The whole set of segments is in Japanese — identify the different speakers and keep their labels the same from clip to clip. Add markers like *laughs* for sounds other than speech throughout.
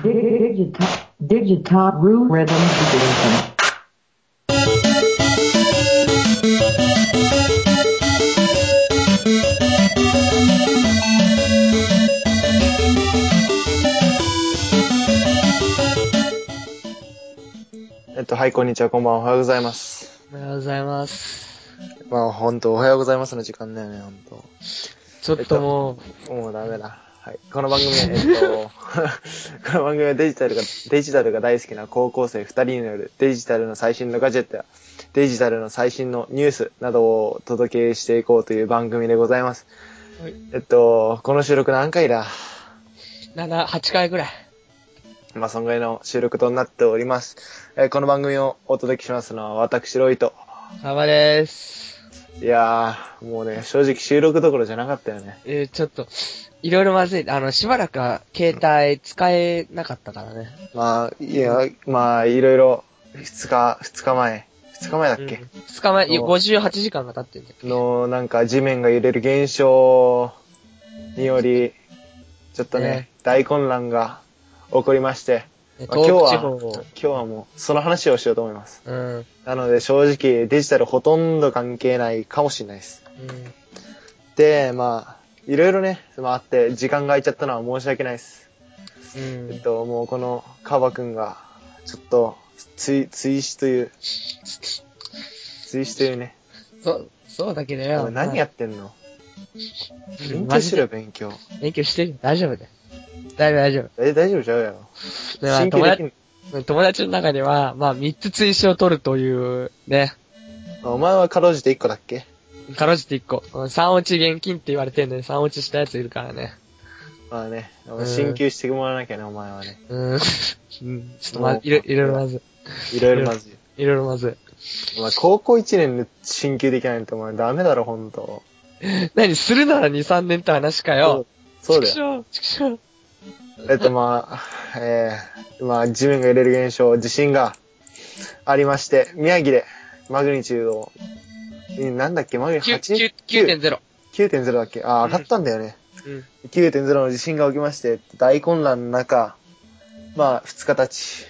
Speaker 1: Digita- Digitaru Rhythm Judaism.
Speaker 2: えっと、はい、こんにちは、こんばんは、おはようございます。
Speaker 3: おはようございます。
Speaker 2: まあ、ほんと、おはようございますの時間だよね、ほんと。
Speaker 3: ちょっともう、
Speaker 2: もうダメだ。はい。この番組は、えっと、 *laughs* この番組はデジタルが、デジタルが大好きな高校生2人によるデジタルの最新のガジェットやデジタルの最新のニュースなどをお届けしていこうという番組でございます。
Speaker 3: はい
Speaker 2: えっと、この収録何回だ
Speaker 3: 7、8回ぐらい。
Speaker 2: まあ、損害の収録となっております。えーこの番組をお届けしますのは私、ロイと。
Speaker 3: 様です。
Speaker 2: いやー、もうね、正直収録どころじゃなかったよね。
Speaker 3: えー、ちょっと、いろいろまずい。あの、しばらくは携帯使えなかったからね。
Speaker 2: まあ、いや、まあ、いろいろ、二日、二日前、二日前だっけ、
Speaker 3: うん二日前、いや
Speaker 2: そう
Speaker 3: 58時間が経ってんだよ。
Speaker 2: の、なんか地面が揺れる現象により、ちょっとね、
Speaker 3: ね
Speaker 2: 大混乱が起こりまして、
Speaker 3: え
Speaker 2: まあ今
Speaker 3: 東北
Speaker 2: 日
Speaker 3: 地
Speaker 2: は
Speaker 3: 方を。
Speaker 2: 今日はもう、その話をしようと思います。
Speaker 3: うん。うん。
Speaker 2: なので、正直、デジタルほとんど関係ないかもしれないです。で、まあ、いろいろね、まああって、時間が空いちゃったのは申し訳ないです。
Speaker 3: うん
Speaker 2: えっ。と、もうこの、カバくんが、ちょっと、追、追死という、追死というね、
Speaker 3: そう、そうだけど
Speaker 2: お
Speaker 3: よ。
Speaker 2: 前何や
Speaker 3: っ
Speaker 2: ってんの
Speaker 3: て
Speaker 2: 勉
Speaker 3: ん
Speaker 2: 強
Speaker 3: の
Speaker 2: しろよ、勉強。
Speaker 3: 勉強してるよ。大丈夫だよ。大丈夫、大丈夫。
Speaker 2: え、大丈夫ちゃうやろ。
Speaker 3: でまあ
Speaker 2: 神経
Speaker 3: 友
Speaker 2: 的
Speaker 3: 達
Speaker 2: に
Speaker 3: 友達の中には、まあ、3つ追試を取るという、ね。
Speaker 2: あお前はかろうじて1個だっけ
Speaker 3: かろうじて1個。うん3落ち現金って言われてんのに3落ちしたやついるからね。
Speaker 2: まあね、
Speaker 3: うん
Speaker 2: 進級してもらわなきゃね、お前はね。
Speaker 3: うーん。うんちょっとま
Speaker 2: もう
Speaker 3: ず、いろいろいろまず
Speaker 2: いろいろまずい。
Speaker 3: い。いろいろまず
Speaker 2: お前、高校1年で進級できないなんて、お前ダメだろ、ほんと。
Speaker 3: い。 *laughs* 何するなら2、3年って話かよ。
Speaker 2: そうそうだよ。
Speaker 3: よ。畜生、畜
Speaker 2: えっと、まあ、えー、まあ、地面が揺れる現象、地震がありまして、宮城で、マグニチュード、えなんだっけ、マグニチュ
Speaker 3: 生。
Speaker 2: ー
Speaker 3: 9、
Speaker 2: ド 8?
Speaker 3: 9.0。
Speaker 2: 9.0だっけあー、
Speaker 3: うん
Speaker 2: 上がったんだよね。
Speaker 3: うん。
Speaker 2: 9.0の地震が起きまして、大混乱の中、まあ、2日経ち、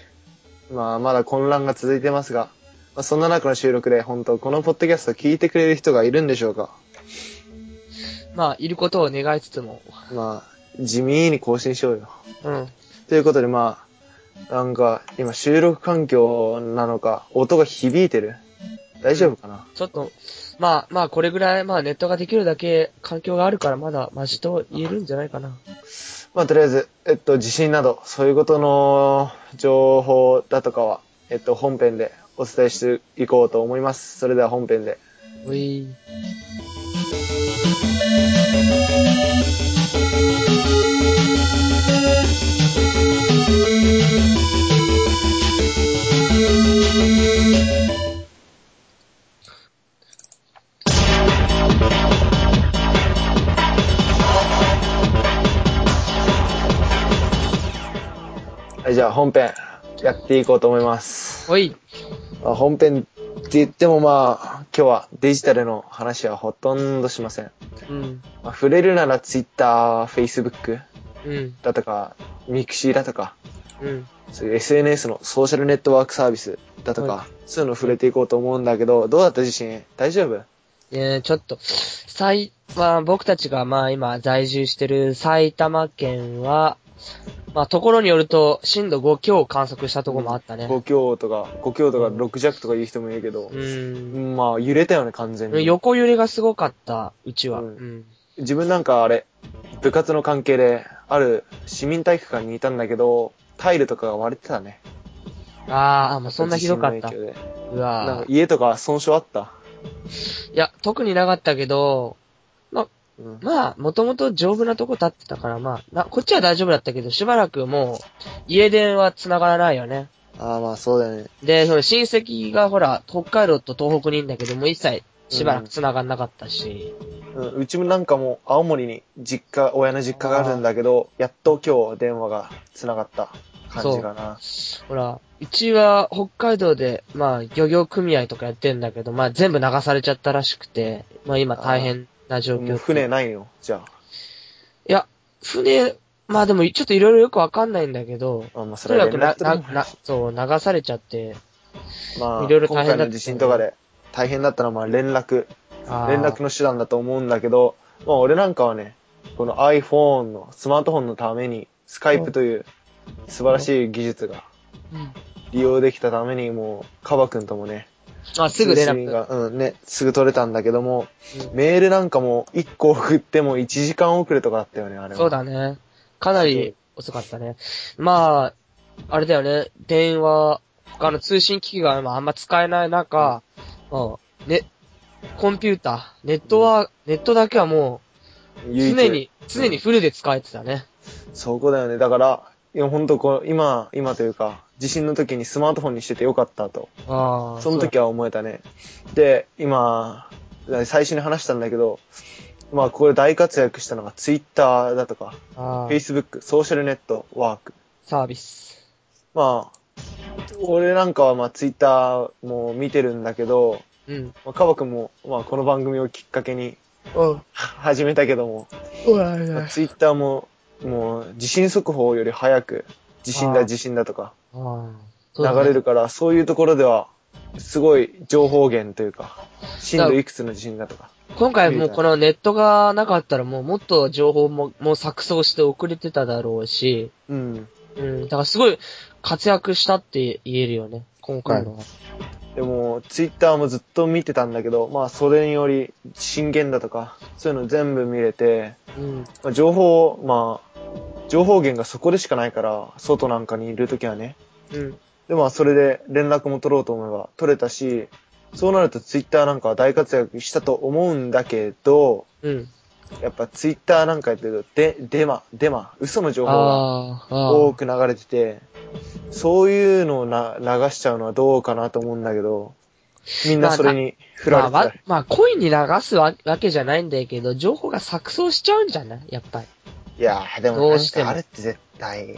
Speaker 2: まあ、まだ混乱が続いてますが、まあ、そんな中の収録で、本当このポッドキャストを聞いてくれる人がいるんでしょうか
Speaker 3: まあ、いることを願いつつも。
Speaker 2: まあ、地味に更新しようよ。
Speaker 3: うん。
Speaker 2: ということで、まあ、なんか、今収録環境なのか、音が響いてる大丈夫かな、
Speaker 3: ちょっと、まあ、まあ、これぐらい、まあ、ネットができるだけ環境があるから、まだ、マシと言えるんじゃないかな。
Speaker 2: まあ、とりあえず、えっと、地震など、そういうことの情報だとかは、えっと、本編でお伝えしていこうと思います。それでは本編で。
Speaker 3: うい
Speaker 2: はい、じゃあ本編、やっていこうと思います。
Speaker 3: おい。
Speaker 2: まあ、本編って言ってもまあ、今日はデジタルの話はほとんどしません。
Speaker 3: うん。
Speaker 2: まあ、触れるなら Twitter、Facebook
Speaker 3: うん。
Speaker 2: だとか、Mixi だとか、
Speaker 3: うん。
Speaker 2: そういう SNS のソーシャルネットワークサービスだとか、
Speaker 3: は
Speaker 2: そういうの触れていこうと思うんだけど、どうだった自身大丈夫
Speaker 3: えー、ちょっと、埼、まあ僕たちがまあ今在住してる埼玉県は、まあところによると震度5強を観測したとこもあったね。
Speaker 2: ?5 強とか、5強とか6弱とかいう人もいるけど
Speaker 3: う、ん。
Speaker 2: まあ揺れたよね、完全に。
Speaker 3: 横揺れがすごかった、うちは。
Speaker 2: う
Speaker 3: うんん。
Speaker 2: 自分なんかあれ、部活の関係で、ある市民体育館にいたんだけど、タイルとかが割れてたね。
Speaker 3: あーあ、もうそんなひどかっ
Speaker 2: 地
Speaker 3: た。
Speaker 2: 震の影響で
Speaker 3: う
Speaker 2: なんか
Speaker 3: わー
Speaker 2: 家とか損傷あった。
Speaker 3: いや、特になかったけど、
Speaker 2: うん
Speaker 3: まあ、もともと丈夫なとこ立ってたから、まあ、な、こっちは大丈夫だったけど、しばらくもう、家電は繋がらないよね。
Speaker 2: ああ、まあそうだよね。
Speaker 3: で、その親戚がほら、北海道と東北にいんだけども、一切しばらく繋がんなかったし、
Speaker 2: うんうちもなんかもう、青森に実家、親の実家があるんだけど、やっと今日電話が繋がった感じかな。
Speaker 3: ほら、うちは北海道で、まあ、漁業組合とかやってんだけど、まあ、全部流されちゃったらしくて、まあ今大変な状況。
Speaker 2: もう船ないよ、じゃあ。
Speaker 3: いや、船、まあでも、ちょっといろいろよくわかんないんだけど、
Speaker 2: あまあ、そ
Speaker 3: と
Speaker 2: れ
Speaker 3: にかくな
Speaker 2: は連絡、と
Speaker 3: な、
Speaker 2: かも
Speaker 3: な、そう、流されちゃって、
Speaker 2: まあ、
Speaker 3: いろいろ大変だった
Speaker 2: 今回の地震とかで大変だったのはまあ連絡、
Speaker 3: あー
Speaker 2: 連絡の手段だと思うんだけど、まあ俺なんかはね、この iPhone のスマートフォンのために、スカイプという素晴らしい技術が利用できたために、もう、カバ君ともね、
Speaker 3: まあ、すぐ連
Speaker 2: 通信
Speaker 3: 絡。
Speaker 2: が、うんね、すぐ取れたんだけども、メールなんかも1個送っても1時間遅れとかだったよね、あれは。
Speaker 3: そう。だね。かなり遅かったね。まあ、あれだよね。電話、他の通信機器がまああんま使えない中、うん、ね、コンピューター、ネットは、ネットだけはもう、
Speaker 2: 唯一
Speaker 3: 常に、常にフルで使えてたね。
Speaker 2: そこだよね。だから、いや、ほんとこう、今、今というか、地震の時にスマートフォンにしててよかったと。
Speaker 3: ああ。
Speaker 2: その時は思えたね。で、今、最初に話したんだけど、まあ、ここで大活躍したのが Twitter だとか、
Speaker 3: あー
Speaker 2: Facebook、ソーシャルネットワーク。
Speaker 3: サービス。
Speaker 2: まあ、俺なんかはまあ Twitter も見てるんだけど、
Speaker 3: うん。
Speaker 2: まあ、カバ君もまあこの番組をきっかけに *laughs*
Speaker 3: うん。
Speaker 2: 始めたけども、
Speaker 3: うわう
Speaker 2: まあ、Twitter ももう地震速報より早く、地震
Speaker 3: あ
Speaker 2: だ
Speaker 3: ー
Speaker 2: 地震だとか
Speaker 3: 流
Speaker 2: 流れるから、そういうところでは、すごい情報源というか、震度いくつの地震だとか。
Speaker 3: 今回もうこのネットがなかったらもうもっと情報ももう錯綜して遅れてただろうし、
Speaker 2: うん。
Speaker 3: うん、だからすごい活躍したって言えるよね、今回のは。
Speaker 2: でも、ツイッターもずっと見てたんだけど、まあ、それにより、震源だとか、そういうの全部見れて、
Speaker 3: うん、
Speaker 2: まあ、情報を、まあ、情報源がそこでしかないから、外なんかにいるときはね。
Speaker 3: うん、
Speaker 2: で、まあ、それで連絡も取ろうと思えば取れたし、そうなるとツイッターなんかは大活躍したと思うんだけど、
Speaker 3: うん。
Speaker 2: やっぱツイッターなんかやってると、で、デマ、デマ、嘘の情報が
Speaker 3: あーあ
Speaker 2: 多
Speaker 3: ー、
Speaker 2: く流れてて、そういうのをな流しちゃうのはどうかなと思うんだけど、みんなそれに振ら
Speaker 3: まあ、
Speaker 2: れ
Speaker 3: わ
Speaker 2: てたり。
Speaker 3: まあ、恋に流すわわけじゃないんだけど、情報が錯綜しちゃうんじゃないやっぱり。
Speaker 2: いやー、でも
Speaker 3: ど
Speaker 2: な
Speaker 3: うんしても
Speaker 2: かあれって絶対、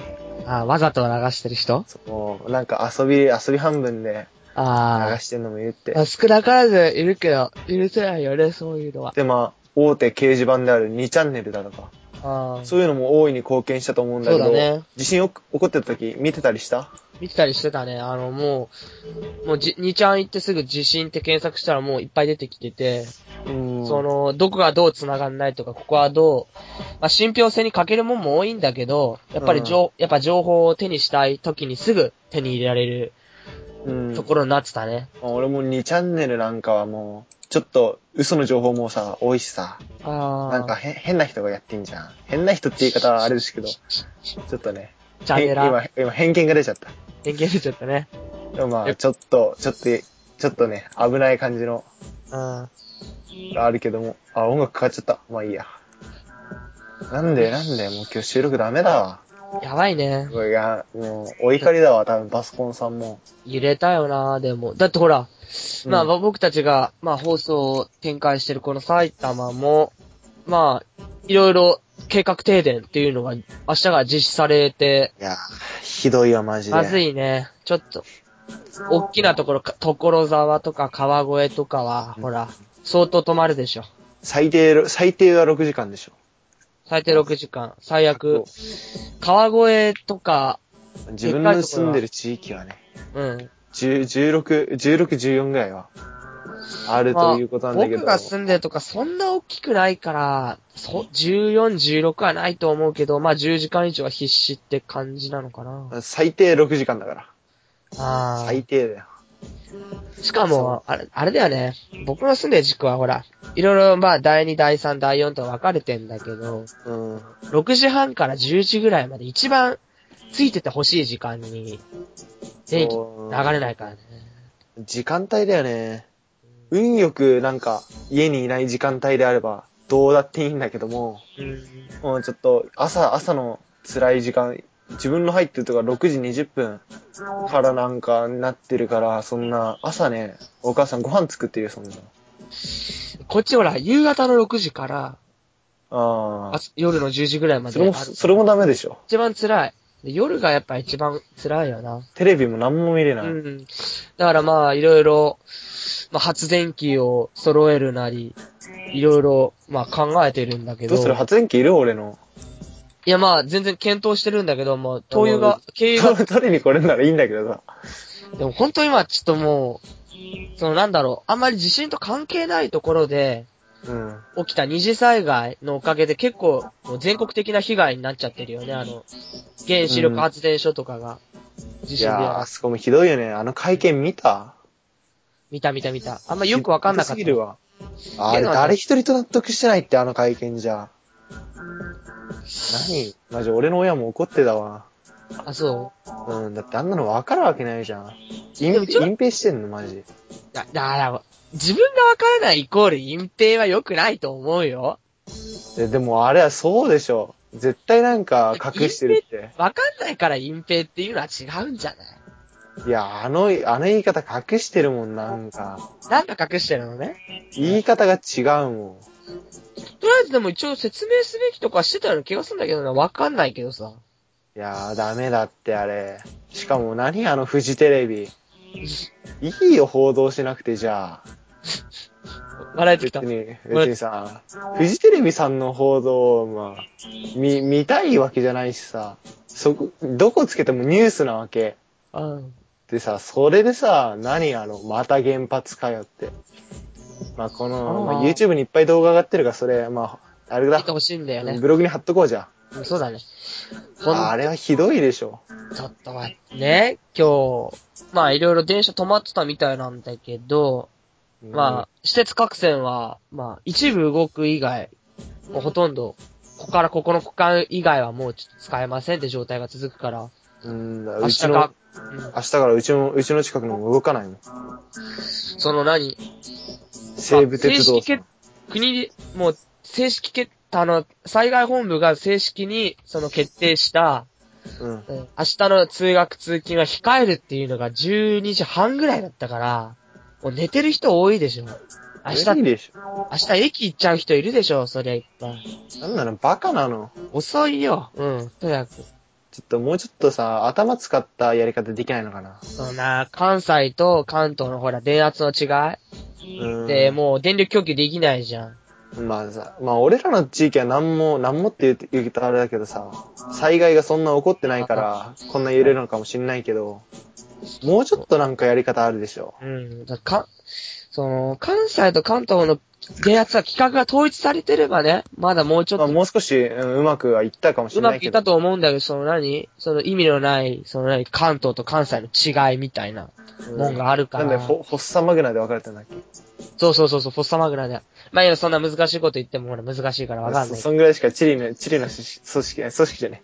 Speaker 3: ああ、わざと流してる人
Speaker 2: そう、なんか遊び、遊び半分で流
Speaker 3: あ
Speaker 2: してんのもいるって
Speaker 3: ーあ、。少なからずいるけど、許せないよね、そういうのは。
Speaker 2: で、まあ、大手掲示板である2チャンネルだとか、
Speaker 3: ああ、
Speaker 2: そういうのも大いに貢献したと思うんだけど、
Speaker 3: そうだね
Speaker 2: 地震おこ起こってた時見てたりした
Speaker 3: 見てたりしてたね。あの、もう、もうじ、2ちゃん行ってすぐ地震って検索したらもういっぱい出てきてて、
Speaker 2: うん
Speaker 3: その、どこがどう繋がんないとか、ここはどう、まあ、信憑性に欠けるもんも多いんだけど、やっぱり情、やっぱ情報を手にしたい時にすぐ手に入れられる
Speaker 2: うん
Speaker 3: ところになってたね。
Speaker 2: まあ俺も2チャンネルなんかはもう、ちょっと嘘の情報もさ、多いしさ、
Speaker 3: ああ。
Speaker 2: なんかへ変な人がやってんじゃん。変な人って言い方はあれですけど、ちょっとね、
Speaker 3: チャンネ
Speaker 2: へん
Speaker 3: ラ、
Speaker 2: 今、今偏見が出ちゃった。
Speaker 3: 連携出ちゃったね。
Speaker 2: でもま
Speaker 3: え
Speaker 2: あ、ちょっと、ちょっと、ちょっとね、危ない感じの、
Speaker 3: うん。
Speaker 2: あるけども、あ、音楽かかっちゃった。まあいいや。なんで、なんで、もう今日収録ダメだわ。
Speaker 3: やばいね。
Speaker 2: これが、もう、お怒りだわ、多分、パソコンさんも。
Speaker 3: 揺れたよな、でも。だってほら、
Speaker 2: うん
Speaker 3: まあ僕たちが、まあ放送を展開してるこの埼玉も、まあ、いろいろ計画停電っていうのが明日が実施されて、
Speaker 2: いや、ひどいわ、マジで。
Speaker 3: まずいね。ちょっと、大きなところか、所沢とか川越とかは、ほら、相当止まるでしょ。
Speaker 2: 最低、最低は6時間でしょ。
Speaker 3: 最低6時間。最悪。川越とか、
Speaker 2: 自分の住んでる地域はね、
Speaker 3: うん。
Speaker 2: 10 16、16、14ぐらいは、あるということなんだけど。
Speaker 3: 僕が住んでるとかそんな大きくないから、そ14、16はないと思うけど、まあ10時間以上は必死って感じなのかな。
Speaker 2: 最低6時間だから。
Speaker 3: あ
Speaker 2: 最低だよ。
Speaker 3: あ。しかも、あれ、あれだよね。僕の住んでる地区はほら、いろいろまあ第2、第3、第4と分かれてんだけど、
Speaker 2: うん。
Speaker 3: 6時半から10時ぐらいまで一番ついててほしい時間に、電気
Speaker 2: そう
Speaker 3: 流れないからね。
Speaker 2: 時間帯だよね。運よくなんか家にいない時間帯であればどうだっていいんだけども、
Speaker 3: うん。
Speaker 2: もうちょっと朝、朝の辛い時間、自分の入ってるとか6時20分からなんかなってるから、そんな朝ね、お母さんご飯作ってるよ、そんな。
Speaker 3: こっちほら、夕方の6時から、
Speaker 2: あ
Speaker 3: あ夜の10時ぐらいま
Speaker 2: あ。
Speaker 3: で
Speaker 2: それも、
Speaker 3: ある
Speaker 2: それもダメでしょ。
Speaker 3: 一番辛い。で夜がやっぱ一番辛いよな。
Speaker 2: テレビも何も見れ
Speaker 3: う
Speaker 2: ない。
Speaker 3: ん。だからまあ、いろいろ、まあ、発電機を揃えるなり、いろいろ、まあ考えてるんだけど。
Speaker 2: どうする発電機いる俺の。
Speaker 3: いやまあ、全然検討してるんだけど、もう、灯油が、
Speaker 2: *laughs*
Speaker 3: 経営が、
Speaker 2: 取りに来れるならいいんだけどさ。
Speaker 3: でも本当今ちょっともう、そのなんだろう、あんまり地震と関係ないところで、
Speaker 2: うん。
Speaker 3: 起きた二次災害のおかげで結構、もう全国的な被害になっちゃってるよね、あの、原子力発電所とかが、地
Speaker 2: い
Speaker 3: 震で
Speaker 2: やー、あそこもひどいよね。あの会見見た
Speaker 3: 見た見た見た。あんまよくわかんなかっ
Speaker 2: ひどすぎ
Speaker 3: た。
Speaker 2: るわ。あれ、
Speaker 3: けど
Speaker 2: 誰一人と納得してないって、あの会見じゃ。何マジ、俺の親も怒ってたわ。
Speaker 3: あ、そ
Speaker 2: うん、だってあんなの分かるわけないじゃん。隠
Speaker 3: でもちょ
Speaker 2: 隠蔽してんの、マジ。
Speaker 3: う。だ、だから、自分がわからないイコール隠蔽は良くないと思うよ。
Speaker 2: ででも、あれはそうでしょ。絶対なんか隠してるって。
Speaker 3: わかんないから隠蔽っていうのは違うんじゃない
Speaker 2: いや、あの、あの言い方隠してるもん、なんか。
Speaker 3: なんか隠してるのね。
Speaker 2: 言い方が違うも
Speaker 3: とりあえずでも一応説明すべきとかしてたような気がするんだけどな。わかんないけどさ。
Speaker 2: ん。いやー、ダメだって、あれ。しかも何あのフジテレビ。いいよ、報道しなくて、じゃあ。
Speaker 3: 笑えてき
Speaker 2: 別
Speaker 3: た。
Speaker 2: に、
Speaker 3: ごめ
Speaker 2: 別
Speaker 3: ん
Speaker 2: にさ、フジテレビさんの報道を、まあ、見、見たいわけじゃないしさ、そこ、どこつけてもニュースなわけ。
Speaker 3: うん。
Speaker 2: でさ、それでさ、何あの、また原発かよって。まあ、この、
Speaker 3: あー
Speaker 2: まあ YouTube にいっぱい動画上がってるから、それ、まあ、あれ
Speaker 3: 見
Speaker 2: だ
Speaker 3: て、ほしいんだよね。
Speaker 2: ブログに貼っとこうじゃ
Speaker 3: うんそうだね。
Speaker 2: あ。
Speaker 3: ほん
Speaker 2: ああれはひどいでしょ。
Speaker 3: ちょっと待ってね。今日、まあいろいろ電車止まってたみたいなんだけど、まあ、施設各線は、まあ、一部動く以外、もうほとんど、ここからここの区間以外はもうちょっと使えませんって状態が続くから、
Speaker 2: あ、うんだ、
Speaker 3: 明
Speaker 2: う
Speaker 3: 日
Speaker 2: ちの
Speaker 3: が、、うん
Speaker 2: 明日からうちの、うちの近くのも動かないの。
Speaker 3: その何、
Speaker 2: 西武鉄道
Speaker 3: 正式
Speaker 2: さん
Speaker 3: 決。国で、もう、正式決、あの、災害本部が正式に、その決定した、
Speaker 2: うん。
Speaker 3: うん明日の通学通勤は控えるっていうのが12時半ぐらいだったから、もう寝てる人多いでしょ。明
Speaker 2: いい
Speaker 3: 日、
Speaker 2: でし
Speaker 3: 明日駅行っちゃう人いるでしょ、そりゃいっぱい。
Speaker 2: ょ。なんなの、バカなの。
Speaker 3: 遅いよ。うん、とにかく。
Speaker 2: ちょっともうちょっとさ、頭使ったやり方できないのかな。
Speaker 3: そんな、関西と関東のほら、電圧の違
Speaker 2: う
Speaker 3: い
Speaker 2: ん。
Speaker 3: で、もう電力供給できないじゃん。
Speaker 2: まあさ、まあ俺らの地域は何も、何もって言うと言うとあれだけどさ、災害がそんな起こってないから、こんな揺れるのかもしんないけど、もうちょっとなんかやり方あるでしょ。
Speaker 3: うん。だか、その、関西と関東の電圧は規格が統一されてればね、まだもうちょっ
Speaker 2: まあ
Speaker 3: と
Speaker 2: もう少し、うんうまくはいったかもし
Speaker 3: うん
Speaker 2: な
Speaker 3: ま
Speaker 2: い
Speaker 3: くい
Speaker 2: け
Speaker 3: っ
Speaker 2: ど
Speaker 3: た。と思うんだけど、その何その意味のない、その何関東と関西の違いみたいな
Speaker 2: うん
Speaker 3: もんがあるか
Speaker 2: な
Speaker 3: ら。
Speaker 2: んで、フォフォッサマグナで分かれてんだっけ
Speaker 3: そうそうそうそう、フォッサマグナで。まあいや、そんな難しいこと言ってもほら難しいからわかん
Speaker 2: そ
Speaker 3: ない。
Speaker 2: そんぐらいしか地理の、地理の組織、組織じゃね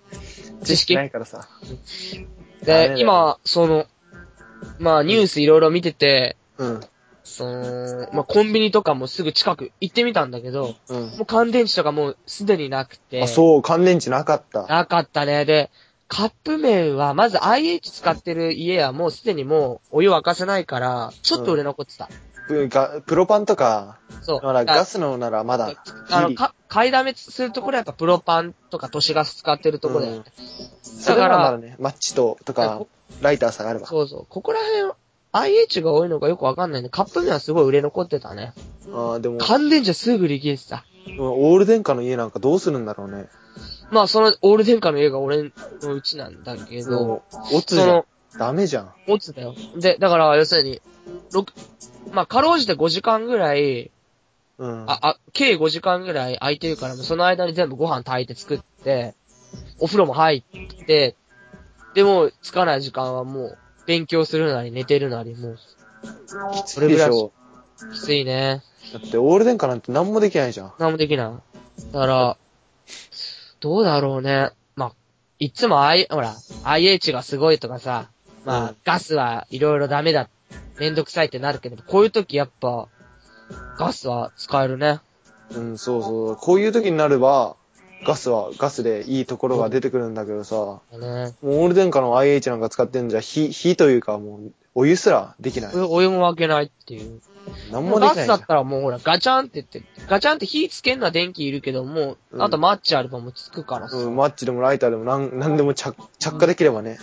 Speaker 2: え。
Speaker 3: 知識
Speaker 2: ないからさ。あれだ
Speaker 3: で
Speaker 2: よ、
Speaker 3: 今、その、まあニュースいろいろ見てて、
Speaker 2: うん。
Speaker 3: その、まあコンビニとかもすぐ近く行ってみたんだけど、
Speaker 2: うん。
Speaker 3: もう乾電池とかもうすでになくて。
Speaker 2: あ、そう、乾電池なかった。
Speaker 3: なかったね。で、カップ麺は、まず IH 使ってる家はもうすでにもうお湯沸かせないから、ちょっと売れ残ってた。
Speaker 2: プがプロパンとか、
Speaker 3: そう。
Speaker 2: ほら、
Speaker 3: だから
Speaker 2: ガスのならまだ、
Speaker 3: あの、
Speaker 2: ギリ
Speaker 3: か、買いだめするところはやっぱプロパンとか都市ガス使ってるところで、
Speaker 2: うんそれならまだね、マッチと、とか、ライターさえあれば。
Speaker 3: そうそう。ここら辺、IH が多いのかよくわかんないね。カップ麺はすごい売れ残ってたね。
Speaker 2: ああ、でも、
Speaker 3: 乾電池はすぐ売り切れてた。
Speaker 2: オール電化の家なんかどうするんだろうね。
Speaker 3: まあ、その、オール電化の家が俺のうちなんだけど、
Speaker 2: もう、オツじ
Speaker 3: そ
Speaker 2: ゃん
Speaker 3: の。、
Speaker 2: ダメじゃん。
Speaker 3: 持つだよ。で、だから、要するに、六まあ、かろうじて5時間ぐらい、
Speaker 2: うん。
Speaker 3: あ、あ、計5時間ぐらい空いてるから、もうその間に全部ご飯炊いて作って、お風呂も入って、でも、つかない時間はもう、勉強するなり寝てるなり、もう、
Speaker 2: きつ
Speaker 3: それ
Speaker 2: いで
Speaker 3: ぐら
Speaker 2: し
Speaker 3: い
Speaker 2: ょ。
Speaker 3: きついね。
Speaker 2: だって、オール電化なんて何もできないじゃん。
Speaker 3: なんもできない。だから、どうだろうね。まあ、いつも I、ほら、IH がすごいとかさ、ま
Speaker 2: う
Speaker 3: あ
Speaker 2: ん、
Speaker 3: ガスはいろいろダメだ。めんどくさいってなるけど、こういう時やっぱ、ガスは使えるね。
Speaker 2: うん、そうそう。こういう時になれば、ガスは、ガスでいいところが出てくるんだけどさ、も
Speaker 3: ね
Speaker 2: うオール電化の IH なんか使ってんじゃ、火、火というかもう、お湯すらできない。
Speaker 3: おお湯も沸けないっていう。
Speaker 2: 何
Speaker 3: も
Speaker 2: も
Speaker 3: う
Speaker 2: でき
Speaker 3: ガ
Speaker 2: ない
Speaker 3: ス
Speaker 2: じ
Speaker 3: だ
Speaker 2: ゃ
Speaker 3: っ
Speaker 2: ん。
Speaker 3: たらもうほら、ガチャンって言って、ガチャンって火つけんな電気いるけど、も
Speaker 2: う
Speaker 3: う、
Speaker 2: ん
Speaker 3: あとマッチあればもうつくからさ。
Speaker 2: うん、マッチでもライターでもなん、なんでも着着火できればね、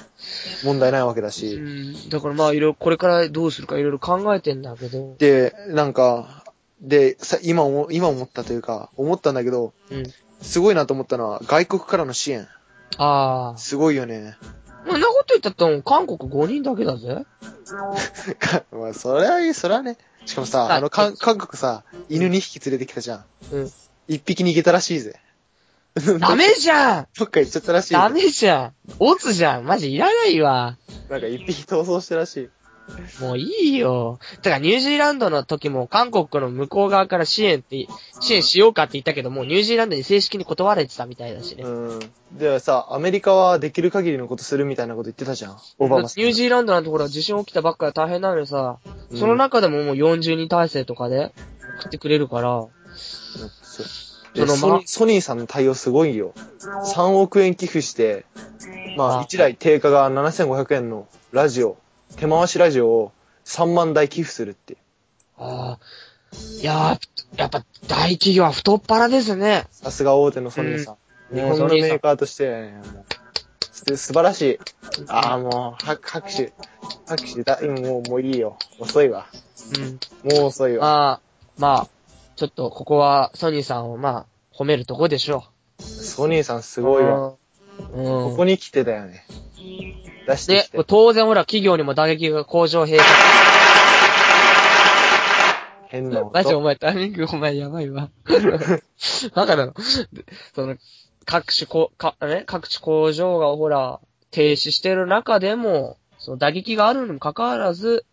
Speaker 2: 問題ないわけだし。
Speaker 3: うんだからまあいろいろ、これからどうするかいろいろ考えてんだけど。
Speaker 2: で、なんか、で、さ今思、今思ったというか、思ったんだけど、
Speaker 3: うん。
Speaker 2: すごいなと思ったのは、外国からの支援。
Speaker 3: あ
Speaker 2: すごいよね。 *laughs*
Speaker 3: あ。そんなこと言ったってもう韓国5人だけだぜ。
Speaker 2: かまあ、それはいい、それはね。しかもさ、
Speaker 3: はい
Speaker 2: あの、かん韓国さ、犬2匹連れてきたじゃん。
Speaker 3: うん。
Speaker 2: 1匹逃げたらしいぜ。
Speaker 3: ダメじ
Speaker 2: *laughs*
Speaker 3: ゃん
Speaker 2: どっか行っちゃったらしいぜ。
Speaker 3: ダメじゃんオツじゃんマジいらないわ。
Speaker 2: なんか1匹逃走してらしい。
Speaker 3: もういいよ。てか、ニュージーランドの時も韓国の向こう側から支援って、支援しようかって言ったけど、もうニュージーランドに正式に断られてたみたいだしね。
Speaker 2: うん。ではさ、アメリカはできる限りのことするみたいなこと言ってたじゃん。オバマさん。
Speaker 3: ニュージーランドなんてほら、地震起きたばっかり大変なのにさ、
Speaker 2: うん
Speaker 3: その中でももう40人体制とかで送ってくれるから、
Speaker 2: そ
Speaker 3: その
Speaker 2: うえソニ
Speaker 3: ま
Speaker 2: ーソニーさんの対応すごいよ。3億円寄付して、まあ
Speaker 3: あ
Speaker 2: 1台定価が7500円のラジオ、手回しラジオを3万台寄付するって。
Speaker 3: ああ、いやー、やっぱ大企業は太っ腹ですね。
Speaker 2: さすが大手のソニーさん。
Speaker 3: うん
Speaker 2: もう
Speaker 3: 日
Speaker 2: そ
Speaker 3: 本
Speaker 2: の
Speaker 3: の
Speaker 2: メーカーとして、もうす素晴らしい。ああ、もう、拍拍手。拍手だ、うん、もう、もういいよ。遅いわ。
Speaker 3: うん。
Speaker 2: もう遅いわ。
Speaker 3: まあ、まあ、ちょっとここはソニーさんをまあ、褒めるとこでしょ
Speaker 2: ソニーさんす
Speaker 3: う。
Speaker 2: ごいわ。
Speaker 3: うん。
Speaker 2: ここに来てだよね。出して
Speaker 3: で
Speaker 2: きて、。
Speaker 3: 当然ほら、企業にも打撃が工場閉鎖。
Speaker 2: 変な音。
Speaker 3: マジお前タイミングお前やばい
Speaker 2: *laughs*
Speaker 3: わ。バカなの。でその、各種こ、か、ね、各種工場がほら、停止してる中でも、その打撃があるにもかかわらず、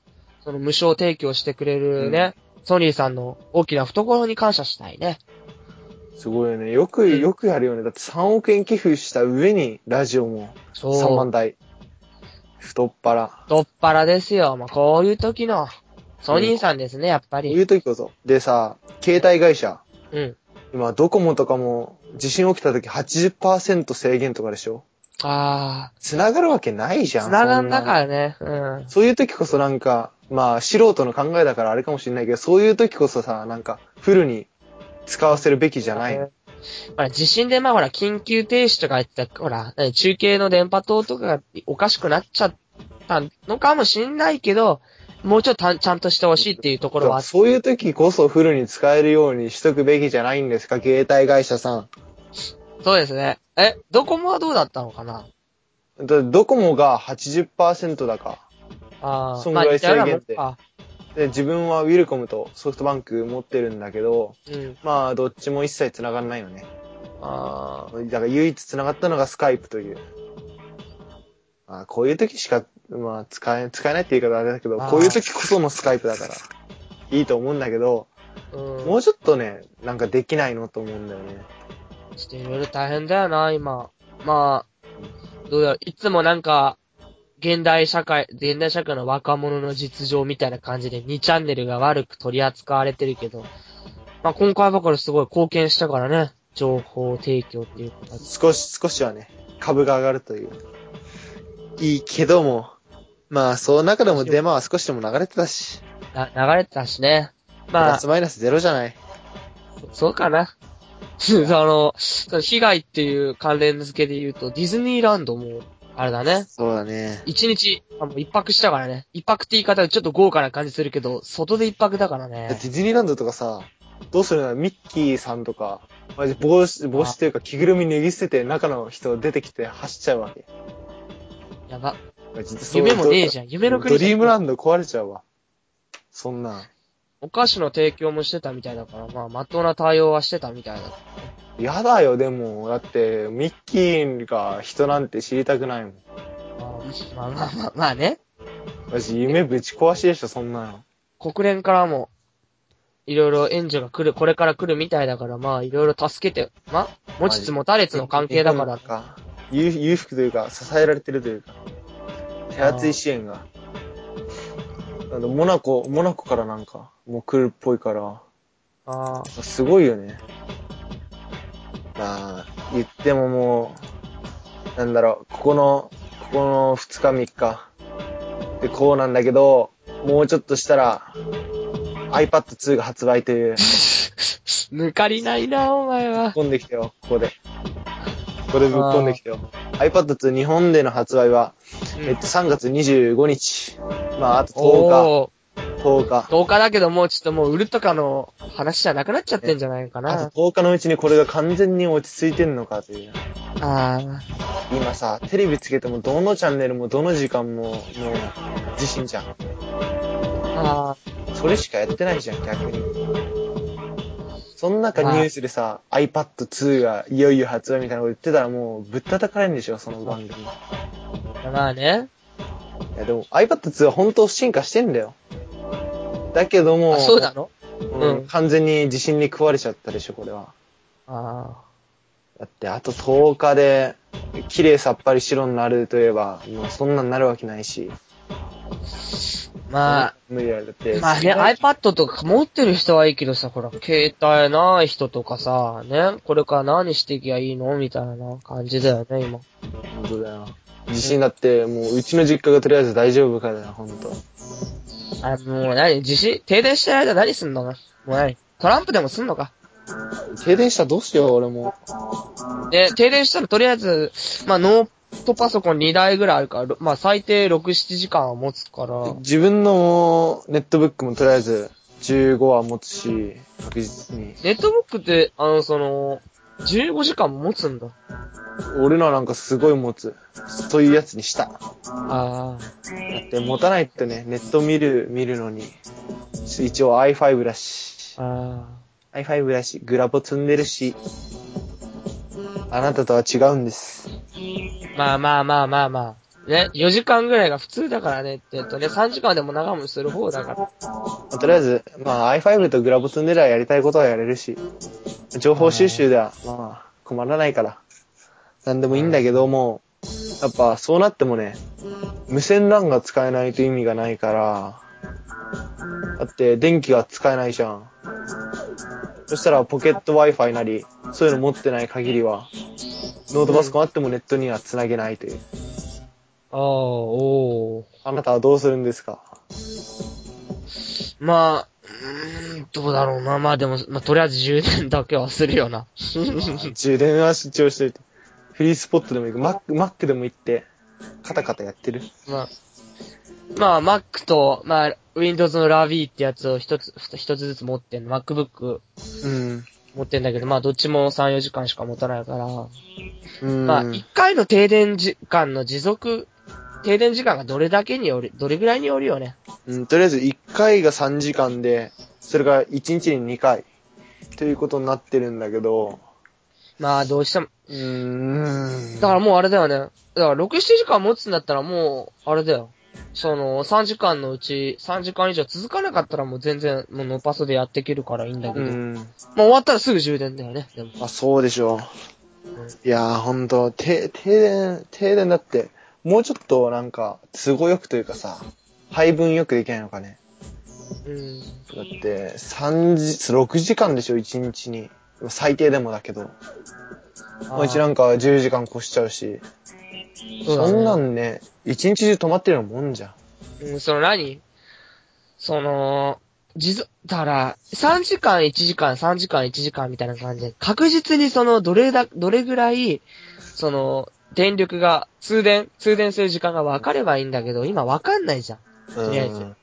Speaker 3: その無償提供してくれるね、ソニーさんの大きな懐に感謝したいね。
Speaker 2: すごいよね。よく、よくやるよね。だって3億円寄付した上に、ラジオも
Speaker 3: そう。
Speaker 2: 3万台。太っ腹。こ
Speaker 3: 太っ腹ですよ。まあ、こういう時の、ソニーさんですね、やっぱ
Speaker 2: うい
Speaker 3: り。
Speaker 2: う時こそ。でさ、携帯会社。
Speaker 3: うん。
Speaker 2: 今、ドコモとかも、地震起きた時80%制限とかでしょ
Speaker 3: あ
Speaker 2: 繋がるわけないじ
Speaker 3: あ、
Speaker 2: ゃん。
Speaker 3: 繋がんだ
Speaker 2: そ
Speaker 3: からね。うん。
Speaker 2: そういう時こそなんか、まあ素人の考えだからあれかもしれないけど、そういう時こそさ、なんかフルに使わせるべきじゃない。
Speaker 3: ほら、地震でまあほら、緊急停止とか言ってた、ほら、え中継の電波塔とかがおかしくなっちゃったのかもしんないけど、もうちょっとたちゃんとしてほしいっていうところはあって、
Speaker 2: そういう時こそフルに使えるようにしとくべきじゃないんですか、携帯会社さ。
Speaker 3: そうですね。え、ドコモはどうだったのかなん
Speaker 2: だドコモが80%だか。
Speaker 3: ああ、
Speaker 2: 損害制限って
Speaker 3: まあ
Speaker 2: で、自分はウィルコムとソフトバンク持ってるんだけど、
Speaker 3: 似たようなもんか。うん。
Speaker 2: まあどっちも一切繋がんないよね。
Speaker 3: ああ、
Speaker 2: だから唯一繋がったのがスカイプという。まあ、こういう時しか、まあ、使え、使えないって言い方はあれだけど、
Speaker 3: あー
Speaker 2: こういう時こそのスカイプだから、いいと思うんだけど、
Speaker 3: うん。
Speaker 2: もうちょっとね、なんかできないのと思うんだよね。
Speaker 3: ちょっといろいろ大変だよな、今。まあ、どうだろう。いつもなんか、現代社会、現代社会の若者の実情みたいな感じで2チャンネルが悪く取り扱われてるけど、まあ今回ばかりすごい貢献したからね、情報提供っていうことで
Speaker 2: 少し、少しはね、株が上がるという。いいけども、まあ、その中でもデマは少しでも流れてたし、
Speaker 3: な流れてたしね。
Speaker 2: プ
Speaker 3: ま
Speaker 2: ラ
Speaker 3: あ
Speaker 2: ス、マイナスゼロじゃない。
Speaker 3: そうかな。そ *laughs* の、その被害っていう関連付けで言うと、ディズニーランドも、あれだね。
Speaker 2: そうだね。
Speaker 3: 一日、あ、もう一泊したからね。一泊って言い方がちょっと豪華な感じするけど、外で一泊だから
Speaker 2: デ
Speaker 3: ね。
Speaker 2: ィズニーランドとかさ、どうするのミッキーさんとか、マジ帽子、帽子というか着ぐるみ脱ぎ捨てて中の人出てきて走っちゃうわけ。
Speaker 3: やば。
Speaker 2: 夢
Speaker 3: 夢もねえじゃん。夢の国
Speaker 2: ドリーム
Speaker 3: ラ
Speaker 2: ランド壊れちゃうわ。そんなん。
Speaker 3: お菓子の提供もしてたみたいだから、まあ、まっとうな対応はしてたみたいだ。
Speaker 2: やだよ、でも。だって、ミッキーが人なんて知りたくないもん。
Speaker 3: まあ、まあまあまあ、まあね。
Speaker 2: 私、夢ぶち壊しでしょ、そんなの。
Speaker 3: 国連からも、いろいろ援助が来る、これから来るみたいだから、まあ、いろいろ助けて、まあ、持ちつ持たれつの関係だから、
Speaker 2: か。裕裕福というか、支えられてるというか、手厚い支援が。なんだモナコ、モナコからなんか、もう来るっぽいから、
Speaker 3: ああ、
Speaker 2: すごいよね。まあ、言ってももう、なんだろう、ここの、ここの2日3日でこうなんだけど、もうちょっとしたら、iPad2 が発売という、
Speaker 3: 抜かりないな、お前は。
Speaker 2: ぶっ込んできたよ、ここで。ここでぶっ込んできたよ。iPad2 日本での発売は、
Speaker 3: うん
Speaker 2: えっと、3月25日。まあ、あと10日。
Speaker 3: おー
Speaker 2: 10日。
Speaker 3: 10日だけどもうちょっともう売るとかの話じゃなくなっちゃってんじゃないか
Speaker 2: あ
Speaker 3: な。
Speaker 2: と10日のうちにこれが完全に落ち着いてんのかという。
Speaker 3: あー
Speaker 2: 今さ、テレビつけてもどのチャンネルもどの時間も、もう、地震じゃん。
Speaker 3: あ
Speaker 2: それしかやってないじゃん、逆に。その中ニュースでさ、iPad2 がいよいよ発売みたいなこと言ってたらもうぶったたかれんでしょ、その番組。い
Speaker 3: ー、まあね。
Speaker 2: やでも iPad2 は本当進化してんだよ。だけども、
Speaker 3: あ、そうなの
Speaker 2: う
Speaker 3: うん
Speaker 2: ん、完全に地震に食われちゃったでしょ、これは。
Speaker 3: あ
Speaker 2: だってあと10日で、綺麗さっぱり白になるといえば、もうそんなんなるわけないし。
Speaker 3: ーまあ、
Speaker 2: 無理やだって。
Speaker 3: まあね、
Speaker 2: あ
Speaker 3: iPad とか持ってる人はいいけどさ、ほら、携帯ない人とかさ、ね、これから何していきゃいいのみたいな感じだよね、今。
Speaker 2: 本当だよ。地震だって、もううちの実家がとりあえず大丈夫かだよ、本当。
Speaker 3: あ、もう何自信停電してる間何すんのもう何トランプでもすんのか
Speaker 2: 停電したらどうしよう、俺も。
Speaker 3: で、停電したらとりあえず、まあ、ノートパソコン2台ぐらいあるから、ろまあ、最低6、7時間は持つから、
Speaker 2: 自分のネットブックもとりあえず15は持つし、確実に。
Speaker 3: ネットブックって、あの、その、15時間も持つんだ。
Speaker 2: 俺のはなんかすごい持つ。そういうやつにした。だ
Speaker 3: あ
Speaker 2: って持たないとね、ネット見る、見るのに。一応 i5 だし
Speaker 3: あ、。あ
Speaker 2: i5 だし、グラボ積んでるし、あなたとは違うんです。
Speaker 3: あ。まあまあまあまあまあ。ね、4時間ぐらいが普通だからねって言うとね、3時間でも長もする方だから。
Speaker 2: まあとりあえず、まあ i5 とグラボ積んでりゃやりたいことはやれるし、情報収集では、まあ困らないから、なんでもいいんだけども、やっぱそうなってもね、無線 LAN が使えないと意味がないから、だって電気が使えないじゃん。そしたらポケット Wi-Fi なり、そういうの持ってない限りは、ノートパソコンあってもネットには繋げないという。
Speaker 3: ああ、お
Speaker 2: あなたはどうするんですか
Speaker 3: まあ、うーん、どうだろうな。まあでも、まあ、とりあえず充電だけはするよな。 *laughs*
Speaker 2: *laughs* 充電は主張しといて。フリースポットでも行く。マック、マックでも行って、カタカタやってる。
Speaker 3: まあ、まあ、Mac と、まあ、Windows のラビーってやつを一つ、ふた一つずつ持ってんの。MacBook
Speaker 2: うん。
Speaker 3: 持ってんだけど、まあ、どっちも3、4時間しか持たないから。
Speaker 2: うん。
Speaker 3: まあ、1回の停電時間の持続、停電時間がどれだけによる、どれぐらいによるよね。
Speaker 2: うん、とりあえず1回が3時間で、それが1日に2回。ということになってるんだけど、
Speaker 3: まあ、どうしても。
Speaker 2: うーん。
Speaker 3: だからもうあれだよね。だから、6、7時間持つんだったらもう、あれだよ。その、3時間のうち、3時間以上続かなかったらもう全然、もうノーパソでやっていけるからいいんだけ
Speaker 2: う
Speaker 3: ど。ま
Speaker 2: ん。
Speaker 3: あ、終わったらすぐ充電だよね。でも。
Speaker 2: まあ、そうでしょう。いやー、ほんと、て停電、停電だって、もうちょっとなんか、都合よくというかさ、配分よくできないのかね。
Speaker 3: うん。
Speaker 2: だって、3時、6時間でしょ、1日に。最低でもだけど。まあうちなんか10時間越しちゃうし。
Speaker 3: そうだ
Speaker 2: そ
Speaker 3: ね
Speaker 2: んなんね、1日中止まってるようなもんじゃん。
Speaker 3: うん、その何その、持続、だから、3時間1時間、3時間1時間みたいな感じで、確実にその、どれだ、どれぐらい、その、電力が、通電、通電する時間が分かればいいんだけど、今分かんないじゃん。とりあえず
Speaker 2: うん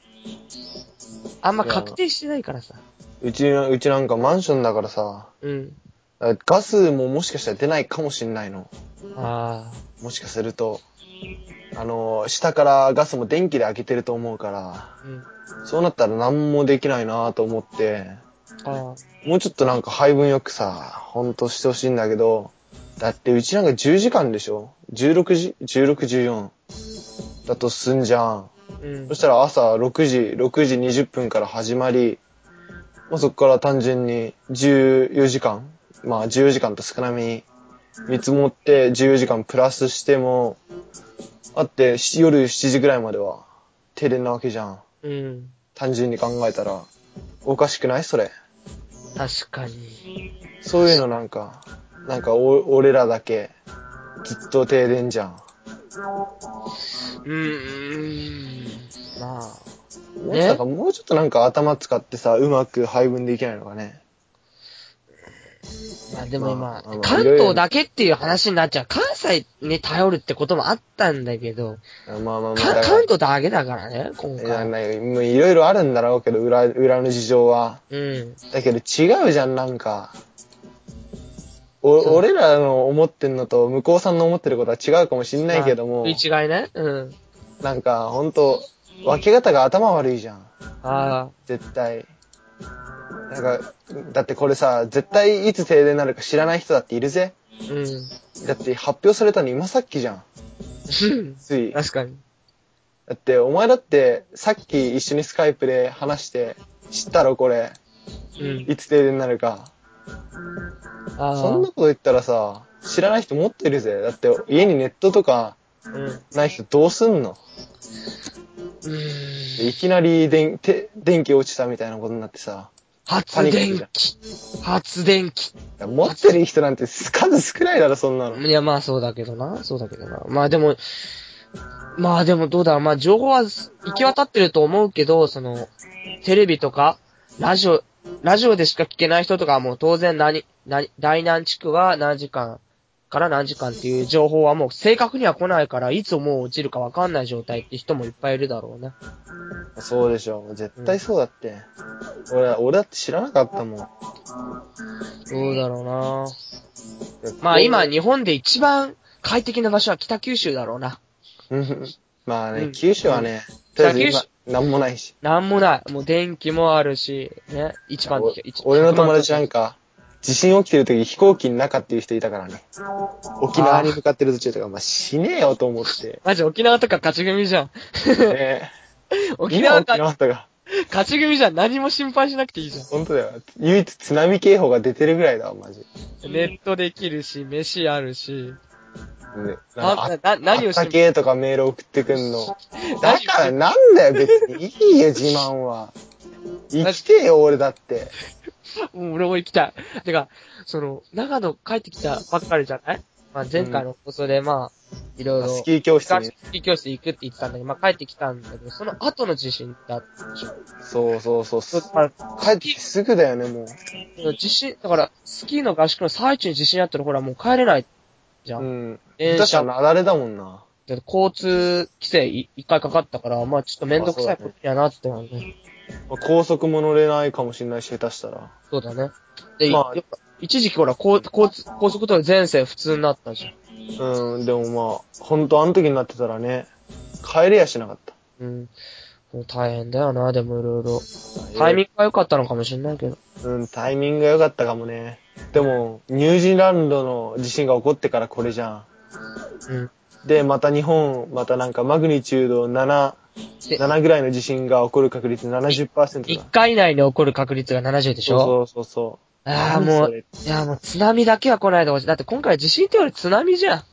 Speaker 3: あんま確定してないからさ。
Speaker 2: うち、うちなんかマンションだからさ、
Speaker 3: うん。
Speaker 2: ガスももしかしたら出ないかもしんないの。
Speaker 3: あ
Speaker 2: もしかすると。あの、下からガスも電気で開けてると思うから、
Speaker 3: あ、うん。
Speaker 2: そうなったら何もできないなと思って、
Speaker 3: ああ、
Speaker 2: もうちょっとなんか配分よくさ、ほんとしてほしいんだけど、だってうちなんか10時間でしょ ?16 時、16、14だとすんじゃん。
Speaker 3: うん
Speaker 2: そし。たら朝6時、6時20分から始まり、まあ、そこから単純に14時間、まあ14時間と少なめに見積もって14時間プラスしても、あってし夜7時ぐらいまでは停電なわけじゃん。
Speaker 3: うん。
Speaker 2: 単純に考えたら。おかしくないそれ。
Speaker 3: 確かに。
Speaker 2: そういうのなんか、なんかお俺らだけずっと停電じゃん。
Speaker 3: うーん。まあ。
Speaker 2: もうなんかもうちょっとなんか頭使ってさ、うまく配分できないのかね。
Speaker 3: まあでも今、
Speaker 2: まあまあ
Speaker 3: 関東だけっていう話になっちゃう。関西に頼るってこともあったんだけど、
Speaker 2: まあまあまあ、
Speaker 3: か
Speaker 2: だから
Speaker 3: 関東だけだからね、今
Speaker 2: いや
Speaker 3: 回。
Speaker 2: なんかもういろいろあるんだろうけど、裏、裏の事情は。
Speaker 3: うん。
Speaker 2: だけど違うじゃん、なんか。お、
Speaker 3: そう
Speaker 2: 俺らの思ってんのと、向こうさんの思ってることは違うかもしんないけども、
Speaker 3: まあ食い違いね。うん。
Speaker 2: なんか、ほんと、分け方が頭悪いじゃん。
Speaker 3: あ
Speaker 2: 絶対。なんか、だってこれさ、絶対いつ停電になるか知らない人だっているぜ。
Speaker 3: あ、うん。
Speaker 2: だって発表されたの今さっきじゃん。つい。
Speaker 3: 確かに。
Speaker 2: だって、お前だって、さっき一緒にスカイプで話して、知ったろこれ。
Speaker 3: うん。
Speaker 2: いつ停電になるか。
Speaker 3: ああ。
Speaker 2: そんなこと言ったらさ、知らない人持ってるぜ。だって、家にネットとか
Speaker 3: うん。う
Speaker 2: ない人どうすんの
Speaker 3: ーん。
Speaker 2: でいきなり電て電気落ちたみたいなことになってさ。
Speaker 3: 発電機。発電機。
Speaker 2: いや持ってる人なんて数少ないだろ、そんなの。
Speaker 3: いや、まあそうだけどな。そうだけどな。まあでも、まあでもどうだろう。まあ情報は行き渡ってると思うけど、その、テレビとか、ラジオ、ラジオでしか聞けない人とかはもう当然何、何、大南地区は何時間から何時間っていう情報はもう正確には来ないから、いつもう落ちるかわかんない状態って人もいっぱいいるだろうね。
Speaker 2: そうでしょ。絶対そうだって。俺、俺だって知らなかったもん。
Speaker 3: どうだろうな。まあ今、日本で一番快適な場所は北九州だろうな。
Speaker 2: うんまあ
Speaker 3: う
Speaker 2: ね
Speaker 3: ん、
Speaker 2: 九州はね、とりあえず
Speaker 3: じゃ
Speaker 2: 今
Speaker 3: あ九、
Speaker 2: なんもないし。
Speaker 3: なんもない。もう電気もあるし、ね。一番
Speaker 2: お
Speaker 3: 的。一
Speaker 2: 俺の友達なんか、地震起きてる時飛行機の中っていう人いたからね。沖縄に向かってる途中とか、まあ死ねえよと思って。
Speaker 3: マジ沖縄とか勝ち組じゃん。
Speaker 2: *laughs* ね、
Speaker 3: 沖縄
Speaker 2: 今沖
Speaker 3: か、
Speaker 2: 縄とか、
Speaker 3: 勝ち組じゃん。何も心配しなくていいじゃ
Speaker 2: 本当だよ。唯一津波警報が出てるぐらいだわ、マジ。ね、
Speaker 3: ん。ネットできるし、飯あるし。
Speaker 2: な
Speaker 3: なん
Speaker 2: かあ
Speaker 3: な何を
Speaker 2: あった
Speaker 3: し、
Speaker 2: けーとかメール送ってくん
Speaker 3: *laughs*
Speaker 2: の。だ
Speaker 3: 何
Speaker 2: からなんだよ、別に。いいよ、自慢は。生きてよ、俺だって。
Speaker 3: もう俺も行きたい。てか、その、長野帰ってきたばっかりじゃないまあ前回の放送で、まあ、いろいろ。
Speaker 2: スキー教室に。
Speaker 3: スキー教室行くって言ってたんだけど、まあ帰ってきたんだけど、その後の地震だったでしょ。
Speaker 2: そうそうそう。
Speaker 3: だ
Speaker 2: す
Speaker 3: から
Speaker 2: 帰ってきてすぐだよね、もう。
Speaker 3: 地震、だから、スキーの合宿の最中に地震あったら、ほら、もう帰れないじゃん。
Speaker 2: うん。
Speaker 3: 電
Speaker 2: 確か
Speaker 3: 車
Speaker 2: に
Speaker 3: も、
Speaker 2: あだれだもんな。
Speaker 3: だって交通規制い一回かかったから、まあちょっとめんどくさいことやなって思うね。
Speaker 2: まあ高速も乗れないかもしれないし、下手したら。
Speaker 3: そうだね。で、
Speaker 2: まあ
Speaker 3: やっぱ一時期ほら、高高通高速道路全線普通になったじゃん。
Speaker 2: うん、でもまあ、ほんとあの時になってたらね、帰れやしなかった。
Speaker 3: うん。もう大変だよな、でもいろいろ。タイミングが良かったのかもしれないけど。
Speaker 2: うん、タイミングが良かったかもね。でも、ニュージーランドの地震が起こってからこれじゃ
Speaker 3: うん。
Speaker 2: ん。で、また日本、またなんかマグニチュード7、
Speaker 3: で
Speaker 2: 7ぐらいの地震が起こる確率70%だ
Speaker 3: 1。回以内に起こる確率が70でしょ
Speaker 2: そうそうそうそう。
Speaker 3: ああ、
Speaker 2: 何
Speaker 3: も、
Speaker 2: そうれ
Speaker 3: いや、もう津波だけは来ないでほしい。だって今回地震ってより津波じゃん。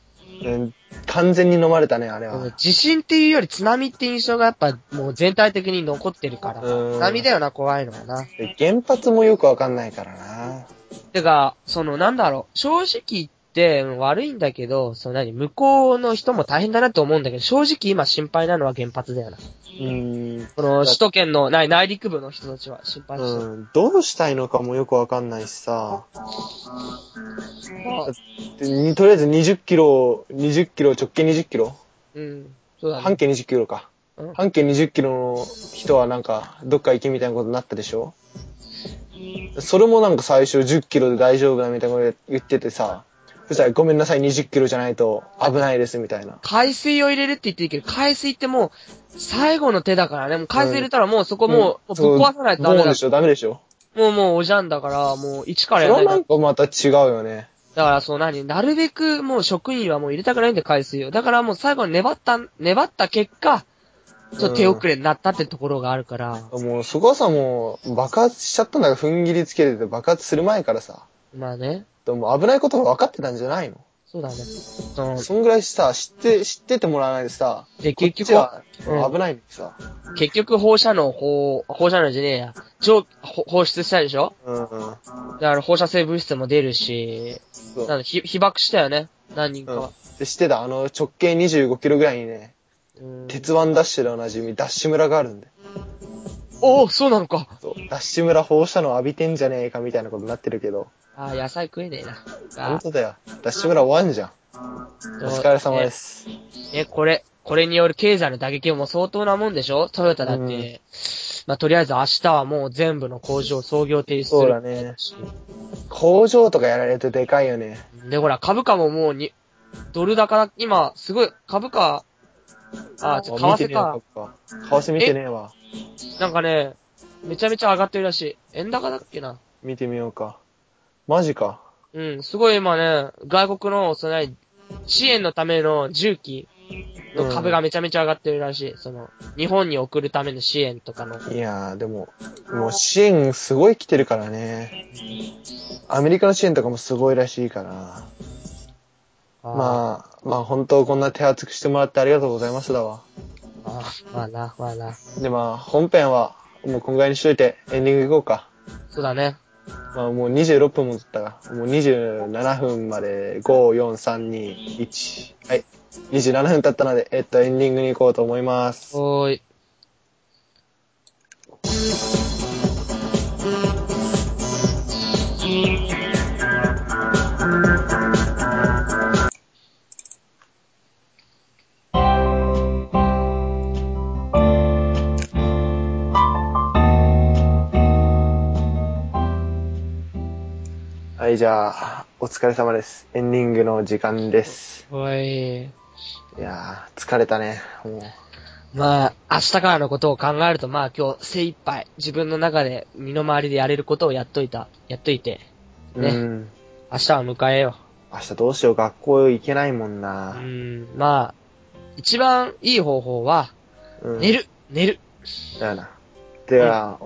Speaker 2: うん、完全に飲まれたね、あれは。
Speaker 3: 地震っていうより津波って印象がやっぱもう全体的に残ってるから。
Speaker 2: うん
Speaker 3: 津波だよな、怖いのはな。
Speaker 2: で原発もよくわかんないからな。
Speaker 3: てか、そのなんだろう、正直言って悪いんだけど、その何、向こうの人も大変だなと思うんだけど、正直今心配なのは原発だよな。
Speaker 2: うん、
Speaker 3: この首都圏の、ない内陸部の人たちは心配してる。
Speaker 2: うん、どうしたいのかもよくわかんないしさ。
Speaker 3: まあ
Speaker 2: でにとりあえず20キロ、20キロ、直径20キロ
Speaker 3: うん。そうだ
Speaker 2: 半
Speaker 3: ね。
Speaker 2: 径20キロか
Speaker 3: うん。
Speaker 2: 半径20キロの人はなんか、どっか行けみたいなことになったでしょそれもなんか最初10キロで大丈夫だみたいなこと言っててさ、そしたらごめんなさい20キロじゃないと危ないですみたいな。
Speaker 3: 海水を入れるって言ってるけど、海水ってもう、最後の手だからね。もう海水入れたらもうそこもう、もうぶっ壊さないとダメ
Speaker 2: そう
Speaker 3: だ
Speaker 2: でしょ、ダメでしょ。
Speaker 3: もうもうおじゃんだから、もう一から
Speaker 2: それ
Speaker 3: やら
Speaker 2: は
Speaker 3: ないと
Speaker 2: なんかまた違うよね。
Speaker 3: だからそう何なるべくもう職員はもう入れたくないんで海水を。だからもう最後に粘った、粘った結果、ちょっと手遅れになったってところがあるから、
Speaker 2: もうそこはさ、もう爆発しちゃったんだから踏ん切りつけてて爆発する前からさ、
Speaker 3: まあね。
Speaker 2: でも危ないことが分かってたんじゃないの
Speaker 3: そうだね。その、
Speaker 2: そんぐらいさ、知って、知っててもらわないでさ、
Speaker 3: で、
Speaker 2: こっ
Speaker 3: 結
Speaker 2: ち
Speaker 3: 局は、
Speaker 2: は
Speaker 3: うん
Speaker 2: 危ないのにさ、
Speaker 3: 結局放射能、放、放射能じゃねえや。蒸ほ放出したでしょ
Speaker 2: うんうん。
Speaker 3: だから放射性物質も出るし、
Speaker 2: そう
Speaker 3: なんだひ被爆したよね。何人かは。
Speaker 2: で、知ってたあの、直径25キロぐらいにね、
Speaker 3: うん
Speaker 2: 鉄腕ダッシュでおなじみ、ダッシュ村があるんで。
Speaker 3: おお、そうなのか。
Speaker 2: そう。ダッシュ村放射能浴びてんじゃねえかみたいなことになってるけど、
Speaker 3: あー、野菜食えねえな。あ
Speaker 2: 本
Speaker 3: ー
Speaker 2: 当だよ。ダッシュ村終わんじゃん。お疲れ様で。す。
Speaker 3: ねね、これ、これによる経済の打撃も相当なもんでしょトヨタだって、
Speaker 2: うん
Speaker 3: まあ、とりあえず明日はもう全部の工場操業停止する。
Speaker 2: そうだね。工場とかやられるとでかいよね。
Speaker 3: で、ほら、株価ももうに、ドル高だ、今、すごい、株価、あ、ちょ、為
Speaker 2: あ見
Speaker 3: 替
Speaker 2: てねえわ
Speaker 3: か。
Speaker 2: 為替見てねえわ。
Speaker 3: なんかね、めちゃめちゃ上がってるらしい。円高だっけな。
Speaker 2: 見てみようか。マジか。
Speaker 3: うん、すごい今ね、外国の、その、支援のための重機の株がめちゃめちゃ上がってるらしい。その、日本に送るための支援とかの。
Speaker 2: いやー、でも、もう支援すごい来てるからね。アメリカの支援とかもすごいらしいから。
Speaker 3: あ
Speaker 2: まあ、まあ本当こんな手厚くしてもらってありがとうございますだわ。
Speaker 3: ー。あーまあな、まあな。
Speaker 2: でまあ本編はもうこんぐらいにしといてエンディングいこうか。
Speaker 3: そうだね。
Speaker 2: まあもう26分も経ったが、もう27分まで5、4、3、2、1。はい。27分経ったので、えっとエンディングに行こうと思います。
Speaker 3: おーい。
Speaker 2: はい、じゃあ、お疲れ様です。エンディングの時間です。
Speaker 3: おい。
Speaker 2: いやー、疲れたね。も
Speaker 3: まあ、明日からのことを考えると、まあ今日精一杯、自分の中で、身の回りでやれることをやっといた、やっといて、
Speaker 2: う。
Speaker 3: ね
Speaker 2: うん。
Speaker 3: 明日は迎えよ
Speaker 2: 明日どうしよう、学校行けないもん
Speaker 3: う。う
Speaker 2: な。
Speaker 3: ん、まあ、一番いい方法は、
Speaker 2: うん
Speaker 3: 寝る、寝る。
Speaker 2: だよな。では、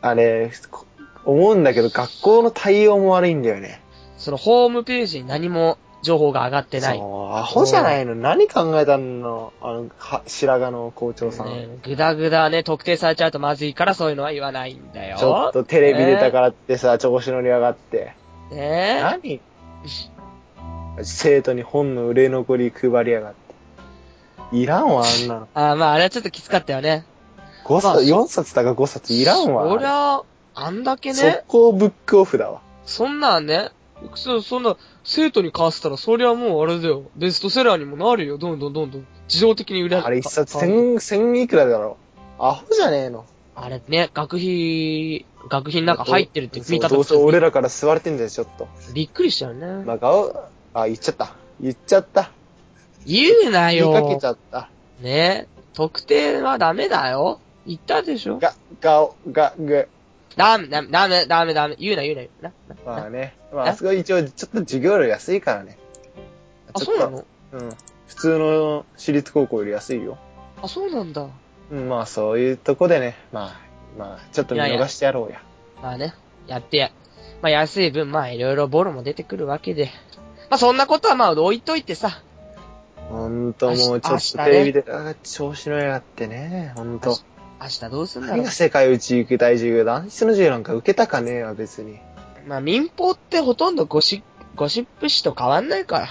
Speaker 2: あれ、こ思うんだけど、学校の対応も悪いんだよね。
Speaker 3: そのホームページに何も情報が上がってない。
Speaker 2: そう、アホじゃないの。何考えたのあの、は白髪の校長さん。
Speaker 3: ね、ぐだぐだね、特定されちゃうとまずいからそういうのは言わないんだよ。
Speaker 2: ちょっとテレビ出たからってさ、調子乗り上がって。
Speaker 3: ね
Speaker 2: 何生徒に本の売れ残り配りやがって。いらんわ、あんなの。
Speaker 3: あーまああれはちょっときつかったよね。
Speaker 2: 5
Speaker 3: まあ
Speaker 2: 冊、4冊だか5冊いらんわ。
Speaker 3: そりゃ、あんだけ
Speaker 2: 速
Speaker 3: ね、
Speaker 2: 攻ブックオフだわ。
Speaker 3: そんなんね、そ、そんな、生徒に買わせたらそりゃもうあれだよ、ベストセラーにもなるよ、どんどんどんどん。自動的に売れ
Speaker 2: あれ一冊
Speaker 3: 買う
Speaker 2: 千、千いくらだろ。アホじゃねえの。
Speaker 3: あれね、学費、学費の中入ってるって聞いた
Speaker 2: そう
Speaker 3: と
Speaker 2: どうせ俺
Speaker 3: き、
Speaker 2: らから吸われてんじゃん、ちょっと。
Speaker 3: びっくりしたよね。
Speaker 2: まあ、顔、あ、言っちゃった。言っちゃった。
Speaker 3: 言うな
Speaker 2: 言いかけ
Speaker 3: よ
Speaker 2: ち。ゃった。
Speaker 3: ね特定はダメだよ。言ったでしょ。
Speaker 2: が、顔、が、ぐ。
Speaker 3: ダメ、ダメ、ダメ、ダメ、ダメ。言うな、言うな、言うな。な
Speaker 2: ま
Speaker 3: *laughs*
Speaker 2: あね。まあ、
Speaker 3: え
Speaker 2: あそこ一応、ちょっと授業料安いからね。
Speaker 3: あ、
Speaker 2: ち
Speaker 3: そ
Speaker 2: ょっ
Speaker 3: う
Speaker 2: と
Speaker 3: なの
Speaker 2: うん。普通の私立高校より安いよ。
Speaker 3: あ、そうなんだ。
Speaker 2: うん、まあ、そういうとこでね。まあ、まあ、ちょっと見逃してやろうや。
Speaker 3: まあね、やってや。まあ安い分、まあいろいろボロも出てくるわけで。まあそんなことはまあ置いといてさ。
Speaker 2: ほんと、もう、ちょ
Speaker 3: 明
Speaker 2: っ
Speaker 3: 日
Speaker 2: と
Speaker 3: ね
Speaker 2: テレビで、あ調子乗りやがってね。ほんと。
Speaker 3: 明日どうすんだろ
Speaker 2: 何
Speaker 3: う
Speaker 2: が。世界一受けたい授業だ男子の授業なんか受けたかねえわ、別に。
Speaker 3: まあ民放ってほとんどゴシゴシップ誌と変わんないから。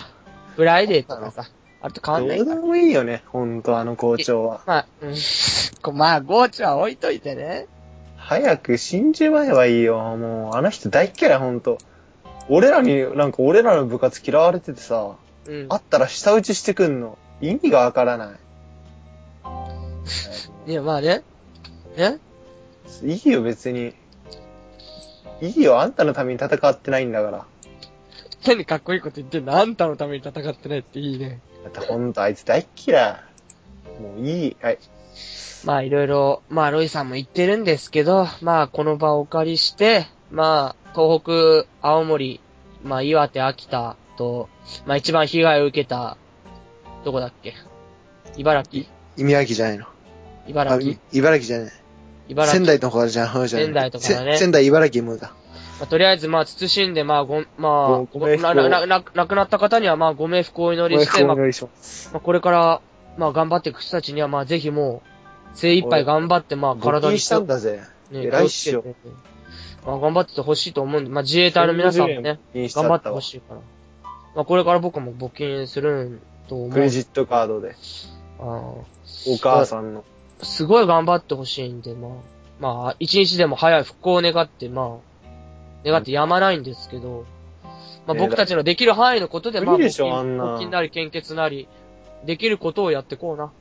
Speaker 3: フライデーとかさ。あれと変わ
Speaker 2: ど
Speaker 3: んないうか
Speaker 2: で
Speaker 3: ら。
Speaker 2: もいいよね、ほんと、あの校長は。
Speaker 3: まあ、うん。 *laughs* こまあ、ゴーチは置いといてね。
Speaker 2: 早く死んじまえばいいよ、もう。あの人大っ嫌い、ほんと。俺らに、なんか俺らの部活嫌われててさ、
Speaker 3: うん
Speaker 2: 会。ったら舌打ちしてくんの。意味がわからない。
Speaker 3: いや、まあね。ね
Speaker 2: いいよ、別に。いいよ、あんたのために戦ってないんだから。
Speaker 3: 何かっこいいこと言ってんのあんたのために戦ってないっていいね。
Speaker 2: だってほんと、あいつ大っ嫌い。もういい。はい。
Speaker 3: まあいろいろ、まあロイさんも言ってるんですけど、まあこの場をお借りして、まあ東北、青森、まあ岩手、秋田と、まあ一番被害を受けた、どこだっけ茨城
Speaker 2: 宮城じゃないの。
Speaker 3: 茨城
Speaker 2: 茨城じゃない。
Speaker 3: 茨城、
Speaker 2: 仙
Speaker 3: ま
Speaker 2: 台の方じゃん、じゃん。
Speaker 3: 仙台とかだね
Speaker 2: せ仙台、茨城もだ。
Speaker 3: あ、とりあえずまあ慎んで、まあご、まあ、
Speaker 2: ごご冥福を
Speaker 3: なななな亡くなった方にはまあご冥福をお祈りして、まあ
Speaker 2: お願いします
Speaker 3: まあこれから、まあ頑張っていく人たちにはまあぜひもう、精一杯頑張って、まあ
Speaker 2: 募
Speaker 3: 体
Speaker 2: 金
Speaker 3: に
Speaker 2: したんだぜ。
Speaker 3: ね、
Speaker 2: 偉いっ
Speaker 3: 来
Speaker 2: し
Speaker 3: 週
Speaker 2: ょ。
Speaker 3: まあ、頑張っててほしいと思うんで、まあ、自衛隊の皆さんもね、頑張ってほしいから。まあ、これから僕も募金すると思う。
Speaker 2: クレジットカードで。
Speaker 3: あ
Speaker 2: お母さんの。
Speaker 3: ーすごい頑張ってほしいんで、まあ、まあ、一日でも早い復興を願って、まあ、願ってやまないんですけど、まあ、
Speaker 2: ね
Speaker 3: 僕たちのできる範囲のことで、まあ、
Speaker 2: 無理でしょ
Speaker 3: 募金
Speaker 2: あんな
Speaker 3: 募金なり献血なり、できることをやってこうな。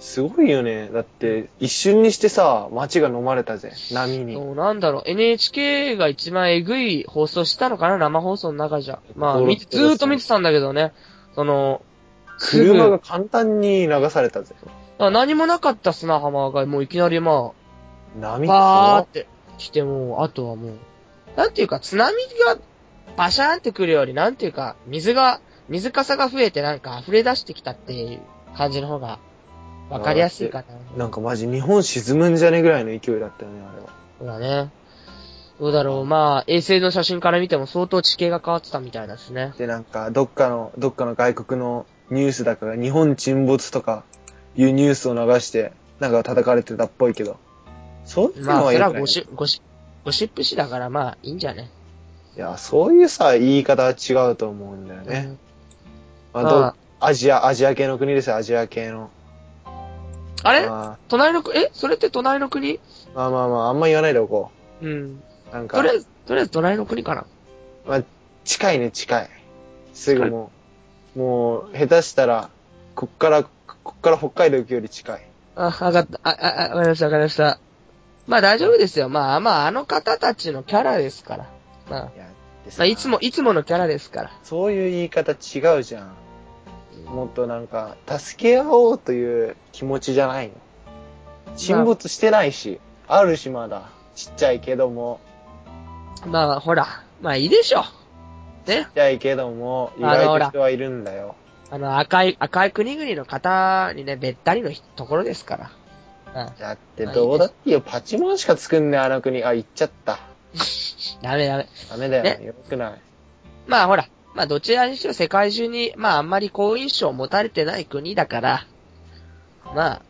Speaker 2: すごいよね。だって、一瞬にしてさ、街が飲まれたぜ。波に。
Speaker 3: そうなんだろう、NHK が一番えぐい放送したのかな、生放送の中じゃ。まあ、見てずーっと見てたんだけどね。その、すぐ
Speaker 2: 車が簡単に流されたぜ。
Speaker 3: あ何もなかった砂浜が、もういきなりまあ、
Speaker 2: 波
Speaker 3: バー
Speaker 2: 怖
Speaker 3: って来て、もう、あとはもう、なんていうか、津波がバシャーンって来るより、なんていうか、水が、水かさが増えてなんか溢れ出してきたっていう感じの方が、わかりやすいかな。
Speaker 2: なんかマジ日本沈むんじゃねぐらいの勢いだったよね、あれは。
Speaker 3: そうだね。どうだろう、まあ、衛星の写真から見ても相当地形が変わってたみたいですね。
Speaker 2: で、なんか、どっかの、どっかの外国のニュースだから、日本沈没とかいうニュースを流して、なんか叩かれてたっぽいけど。そういう
Speaker 3: まあ、
Speaker 2: の
Speaker 3: そ
Speaker 2: は
Speaker 3: れ
Speaker 2: 良
Speaker 3: は
Speaker 2: くない
Speaker 3: ゴシゴシゴシップ誌だから、まあ、いいんじゃね。
Speaker 2: いや、そういうさ、言い方は違うと思うんだよね。まあ、ど
Speaker 3: まあ
Speaker 2: アジア、アジア系の国ですよ、アジア系の。
Speaker 3: あれ
Speaker 2: まあ
Speaker 3: 隣の国、えそれって隣の国
Speaker 2: まあまあまあ、あんま言わないでおこ
Speaker 3: うん。
Speaker 2: う。なんか
Speaker 3: とりあ、えず、とりあえず隣の国かな。
Speaker 2: まあ、近いね、近い。すぐもう、もう、下手したら、こっから、こっから北海道行くより近い。
Speaker 3: あ、わかった。あ、あ、あわかりました、わかりました。まあ大丈夫ですよ。まあまあ、あの方たちのキャラですから。まあ、
Speaker 2: いや、でさ
Speaker 3: まあ、いつも、いつものキャラですから。
Speaker 2: そういう言い方違うじゃん。もっとなんか、助け合おうという気持ちじゃないの。沈没してないし、あるしまだ。ちっちゃいけども、
Speaker 3: まあ、ほら、まあいいでしょう。ね
Speaker 2: ちっ。ちゃいけども、意
Speaker 3: あのほ
Speaker 2: 外
Speaker 3: ら
Speaker 2: と人はいるんだよ。
Speaker 3: あの、赤い、赤い国々の方にね、べったりのひところですから。うん。
Speaker 2: だってどうだっていいよ、パチモンしか作んねえ、あの国。あ、行っちゃった。
Speaker 3: ダメダメ。
Speaker 2: ダメだよ、
Speaker 3: ね
Speaker 2: よくない。
Speaker 3: まあほら、まあどちらにしろ世界中に、まああんまり好印象を持たれてない国だから、まあ、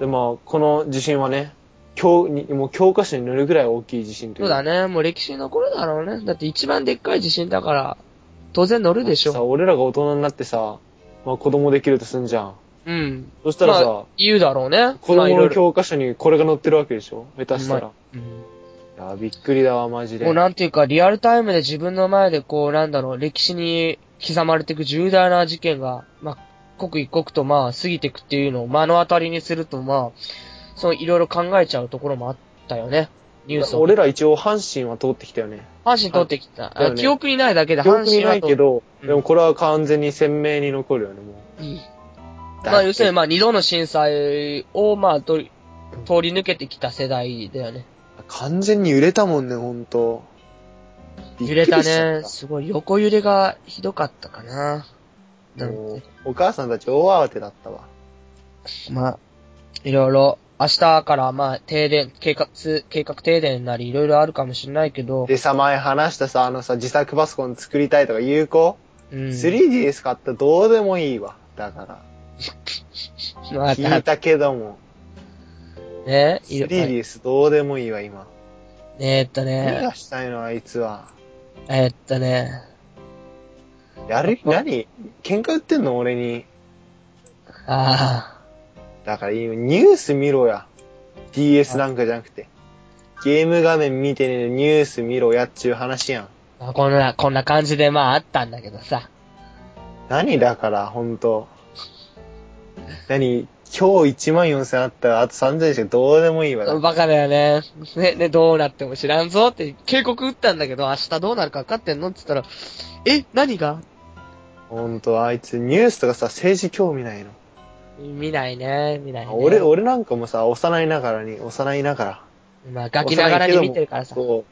Speaker 2: でも、この地震はね、教に、もう教科書に載るぐらい大きい地震と
Speaker 3: そ
Speaker 2: い。
Speaker 3: ううだね、もう歴史に残るだろうね。だって一番でっかい地震だから、当然乗るでし
Speaker 2: さ、
Speaker 3: ょ。
Speaker 2: 俺らが大人になってさ、まあ子供できるとすんじゃん。
Speaker 3: うん。
Speaker 2: そしたらさ、
Speaker 3: まあ、言うだろうね。
Speaker 2: 子
Speaker 3: まあい
Speaker 2: 供
Speaker 3: ろい
Speaker 2: の
Speaker 3: ろ
Speaker 2: 教科書にこれが載ってるわけでしょ下手したら。
Speaker 3: うん
Speaker 2: いや、びっくりだわ、マジで。
Speaker 3: もうなんていうか、リアルタイムで自分の前でこう、なんだろう、歴史に刻まれていく重大な事件が、まあ、刻一刻とまあ、過ぎていくっていうのを目の当たりにするとまあ、そういろいろ考えちゃうところもあったよね。ニュースを。
Speaker 2: 俺ら一応阪神は通ってきたよね。
Speaker 3: 阪神取ってきた。
Speaker 2: だよね
Speaker 3: 記憶にないだけで
Speaker 2: 記憶
Speaker 3: 阪
Speaker 2: に
Speaker 3: 神
Speaker 2: な
Speaker 3: はい
Speaker 2: け
Speaker 3: 取
Speaker 2: ど、
Speaker 3: うん
Speaker 2: でもこれは完全に鮮明に残るよね、もう。
Speaker 3: うんま
Speaker 2: だっ
Speaker 3: あ、
Speaker 2: て
Speaker 3: 要するに、まあ、二度の震災を、まあ、とり通り抜けてきた世代だよね。
Speaker 2: 完全に揺れたもんね、ほんと。び
Speaker 3: 揺
Speaker 2: っくり
Speaker 3: れ
Speaker 2: しちゃ
Speaker 3: た
Speaker 2: った
Speaker 3: ね。すごい、横揺れがひどかったかな。
Speaker 2: もう、お母さんたち大慌てだったわ。
Speaker 3: まあ、いろいろ、明日から、まあ、停電、計画、計画停電なり、いろいろあるかもしれないけど、
Speaker 2: でさ、前話したさ、あのさ、自作パソコン作りたいとか有効、
Speaker 3: うん
Speaker 2: ?3DS 買ったらどうでもいいわ。だか
Speaker 3: ま
Speaker 2: ら。
Speaker 3: あ、
Speaker 2: 聞いたけども。
Speaker 3: ね、いろ、ね
Speaker 2: 3DS どうでもいいわ、今。
Speaker 3: えっと
Speaker 2: 何
Speaker 3: ね、
Speaker 2: がしたいの、あいつは。
Speaker 3: えっとね、
Speaker 2: やる、何喧嘩売ってんの俺に。
Speaker 3: あ
Speaker 2: だから今ニュース見ろや。DS なんかじゃなくて。ゲーム画面見てねえでニュース見ろやっちゅう話やん。
Speaker 3: ーまあ、こんな、こんな感じで、まあ、あったんだけどさ。
Speaker 2: 何だから、ほんと。何今日1万4000あったらあと3000しかどうでもいいわ。
Speaker 3: バカだよね。ね、ね、どうなっても知らんぞって警告打ったんだけど、明日どうなるか分かってんのって言ったら、え、何が
Speaker 2: ほんと、あいつニュースとかさ、政治興味ないの。
Speaker 3: 見ないね、見ないね。
Speaker 2: 俺、、俺なんかもさ、幼いながらに、幼いながら。
Speaker 3: まあ、ガキながらに見てるからさ。
Speaker 2: そ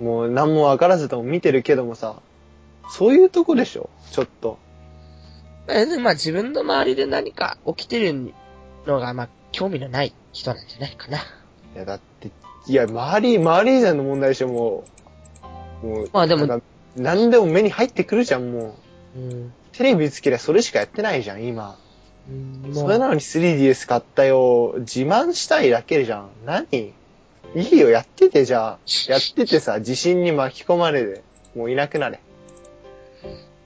Speaker 2: う。もう何も分からずとも見てるけどもさ、そういうとこでしょちょっと。
Speaker 3: まあ、まあ自分の周りで何か起きてるのが、まあ、興味のない人なんじゃないかな。
Speaker 2: いや、だって、いや、周り、周り以外の問題でしょ、もう。もう、
Speaker 3: まあでも
Speaker 2: なんか何でも目に入ってくるじゃん、もう。
Speaker 3: うん。
Speaker 2: テレビつけりゃそれしかやってないじゃん、今。
Speaker 3: うん
Speaker 2: それなのに 3DS 買ったよ。自慢したいだけじゃん。何いいよ、やってて、じゃあ。やっててさ、地震に巻き込まれて、もういなくなれ。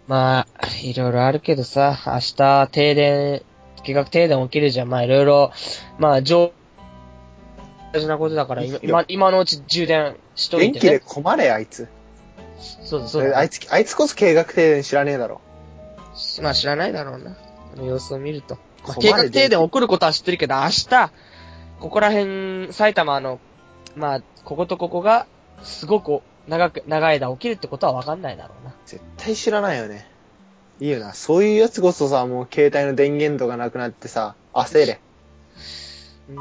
Speaker 3: まあ、いろいろあるけどさ、明日、停電、計画停電起きるじゃん。まあ、いろいろ、まあ、上、大事なことだから、今、今今のうち充電しとい
Speaker 2: 電
Speaker 3: て、ね。
Speaker 2: 気で困れ、あいつ。
Speaker 3: そうだ、そう
Speaker 2: えあ
Speaker 3: だ
Speaker 2: い。つ、あいつこそ計画停電知らねえだろ。
Speaker 3: まあ知らないだろうな。あの様子を見ると。まあ
Speaker 2: 困
Speaker 3: 計
Speaker 2: る
Speaker 3: 画停電起こることは知ってるけど、明日、ここら辺、埼玉の、まあ、こことここが、すごく長く、長い間起きるってことは分かんないだろうな。
Speaker 2: 絶対知らないよね。いいよな。そういうやつこそさ、もう携帯の電源とかなくなってさ、焦れ。
Speaker 3: うん。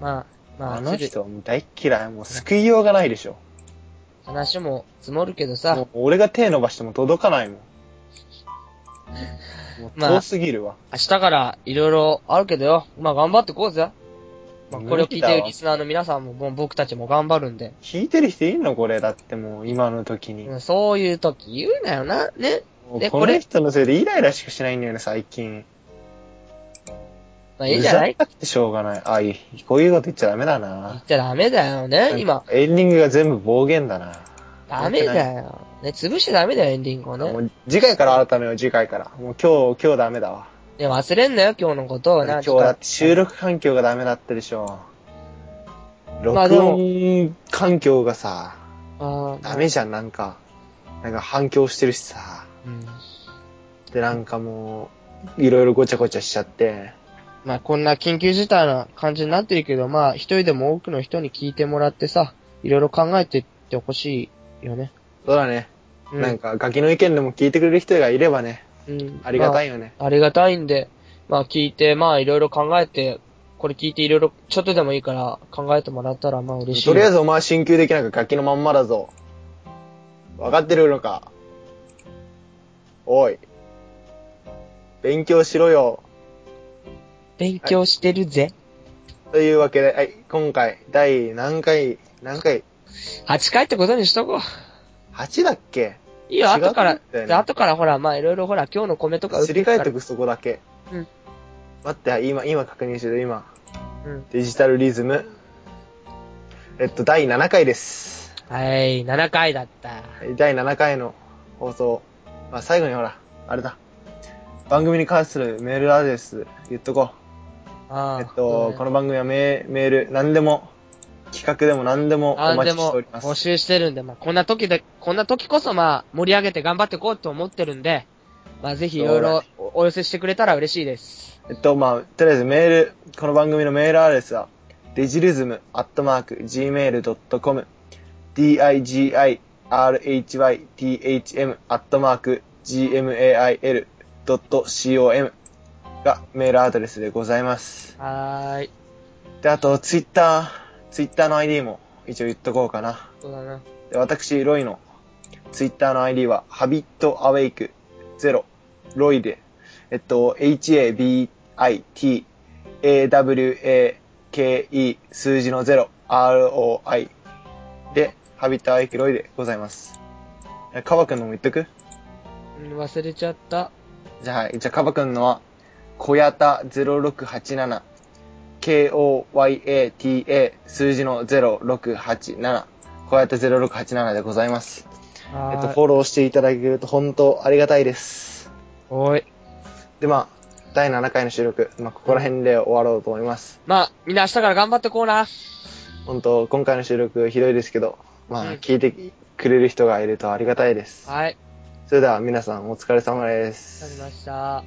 Speaker 3: まあ、まあ、
Speaker 2: あの人はもう大っ嫌い。もう救いようがないでしょ。
Speaker 3: 話も積もるけど
Speaker 2: も
Speaker 3: さ
Speaker 2: う、俺が手伸ばしても届かないもん。もう
Speaker 3: まあ
Speaker 2: 遠すぎるわ。
Speaker 3: 明日からいろいろあるけどよ。まあ頑張ってこうぜ。まあこれを聞いてるリスナーの皆さんも、もう僕たちも頑張るんで。
Speaker 2: 聞いてる人いんのこれ。だってもう今の時に。
Speaker 3: うんそういう時言うなよな。ね。
Speaker 2: もう
Speaker 3: で
Speaker 2: こ
Speaker 3: こ
Speaker 2: の
Speaker 3: れ
Speaker 2: 人のせいでイライラしかしないんだよね、最近。
Speaker 3: まあいいんじゃな
Speaker 2: う
Speaker 3: い
Speaker 2: ざったくてしょうがない。あ、いい。こういうこと言っちゃダメだ
Speaker 3: 言っ
Speaker 2: な。
Speaker 3: ちゃダメだよね、今。。
Speaker 2: エンディングが全部暴言だな。
Speaker 3: ダメだよ。ね、潰しちゃダメだよ、エンディングを
Speaker 2: も
Speaker 3: ね。
Speaker 2: う次回から改めよう、次回から。もう今日、今日ダメだわ。
Speaker 3: ね、忘れんなよ、今日のことを
Speaker 2: 今
Speaker 3: な。
Speaker 2: 日だって収録環境がダメだったでしょ。
Speaker 3: まあで
Speaker 2: 録
Speaker 3: も
Speaker 2: 音環境がさ、
Speaker 3: あー
Speaker 2: ダメじゃん、なんか。なんか反響してるしさ。
Speaker 3: うん。
Speaker 2: で、なんかもう、いろいろごちゃごちゃしちゃって。
Speaker 3: まあこんな緊急事態な感じになってるけど、まあ一人でも多くの人に聞いてもらってさ、いろいろ考えてってほしいよね。
Speaker 2: そうだね。
Speaker 3: うん
Speaker 2: なんか、ガキの意見でも聞いてくれる人がいればね、
Speaker 3: うん。
Speaker 2: ありが
Speaker 3: ま
Speaker 2: たいよね。
Speaker 3: ありがたいんで、まあ聞いて、まあいろいろ考えて、これ聞いていろいろ、ちょっとでもいいから考えてもらったらまあ嬉しい。
Speaker 2: とりあえ
Speaker 3: ず。
Speaker 2: ずお前は進級できないからガキのまんまだぞ。わかってるのかおい。勉強しろよ。
Speaker 3: 勉強してるぜ。
Speaker 2: というわけで、はい、今回、第何回、何回、
Speaker 3: 8回ってことにしとこう。
Speaker 2: 8だっけ
Speaker 3: いいよ、
Speaker 2: 違う
Speaker 3: 後から、
Speaker 2: んだよね
Speaker 3: で後からほら、まあいろいろほら、今日の米とか
Speaker 2: すり替えて
Speaker 3: く
Speaker 2: くそこだけ。
Speaker 3: うん
Speaker 2: 待って、今、今確認してる、今。
Speaker 3: から。うん。
Speaker 2: デジタルリズム。えっと、第7回です。
Speaker 3: はい、7回だった。
Speaker 2: はい第7回の放送。まあ、最後にほら、あれだ。番組に関するメールアドレス言っとこ
Speaker 3: あ
Speaker 2: う。
Speaker 3: あ
Speaker 2: えっと、この番組はメメール、何でも、企画でも何でもお
Speaker 3: 何
Speaker 2: 待
Speaker 3: で
Speaker 2: ちしてお
Speaker 3: も
Speaker 2: りま
Speaker 3: 募
Speaker 2: す。
Speaker 3: 集してるんで、まあ、こんな時で、こんな時こそまあ、盛り上げて頑張っていこうと思ってるんで、まあ、ぜひいろいろおお寄せしてくれたら嬉しいです。
Speaker 2: えっと、まあ、とりあえずメール、この番組のメールアドレスは、デジリズムアットマーク gmail.com、digirhythm アットマーク gmail.com がメールアドレスでございます。
Speaker 3: はーい。
Speaker 2: で、あと、ツイッター、ツイッターの ID も一応言っとこうかな。
Speaker 3: そうだな。
Speaker 2: で私、ロイのツイッターの ID は、ハビットアウェイク0、ロイで、えっと、habit, awake, 数字の0、roi で、ハビットアウェイクロイでございます。えカバくんのも言っとく
Speaker 3: うん忘れちゃった。
Speaker 2: じゃあ、はい。じゃあ、カバくんのは、小やた0687、KOYATA 数字の0687、小やた0687でございます。えっと、
Speaker 3: はーい。
Speaker 2: フォローしていただけると本当ありがたいです。
Speaker 3: おい。
Speaker 2: で、まあ、第7回の収録、まあ、ここら辺で終わろうと思います。
Speaker 3: まあ、みんな明日から頑張ってこうな。
Speaker 2: 本当、今回の収録ひどいですけど、ま
Speaker 3: う
Speaker 2: あ
Speaker 3: ん、
Speaker 2: 聞いてくれる人がいるとありがたいです。
Speaker 3: はい。
Speaker 2: それでは皆さんお疲れ様で
Speaker 3: わかり
Speaker 2: す。
Speaker 3: ました。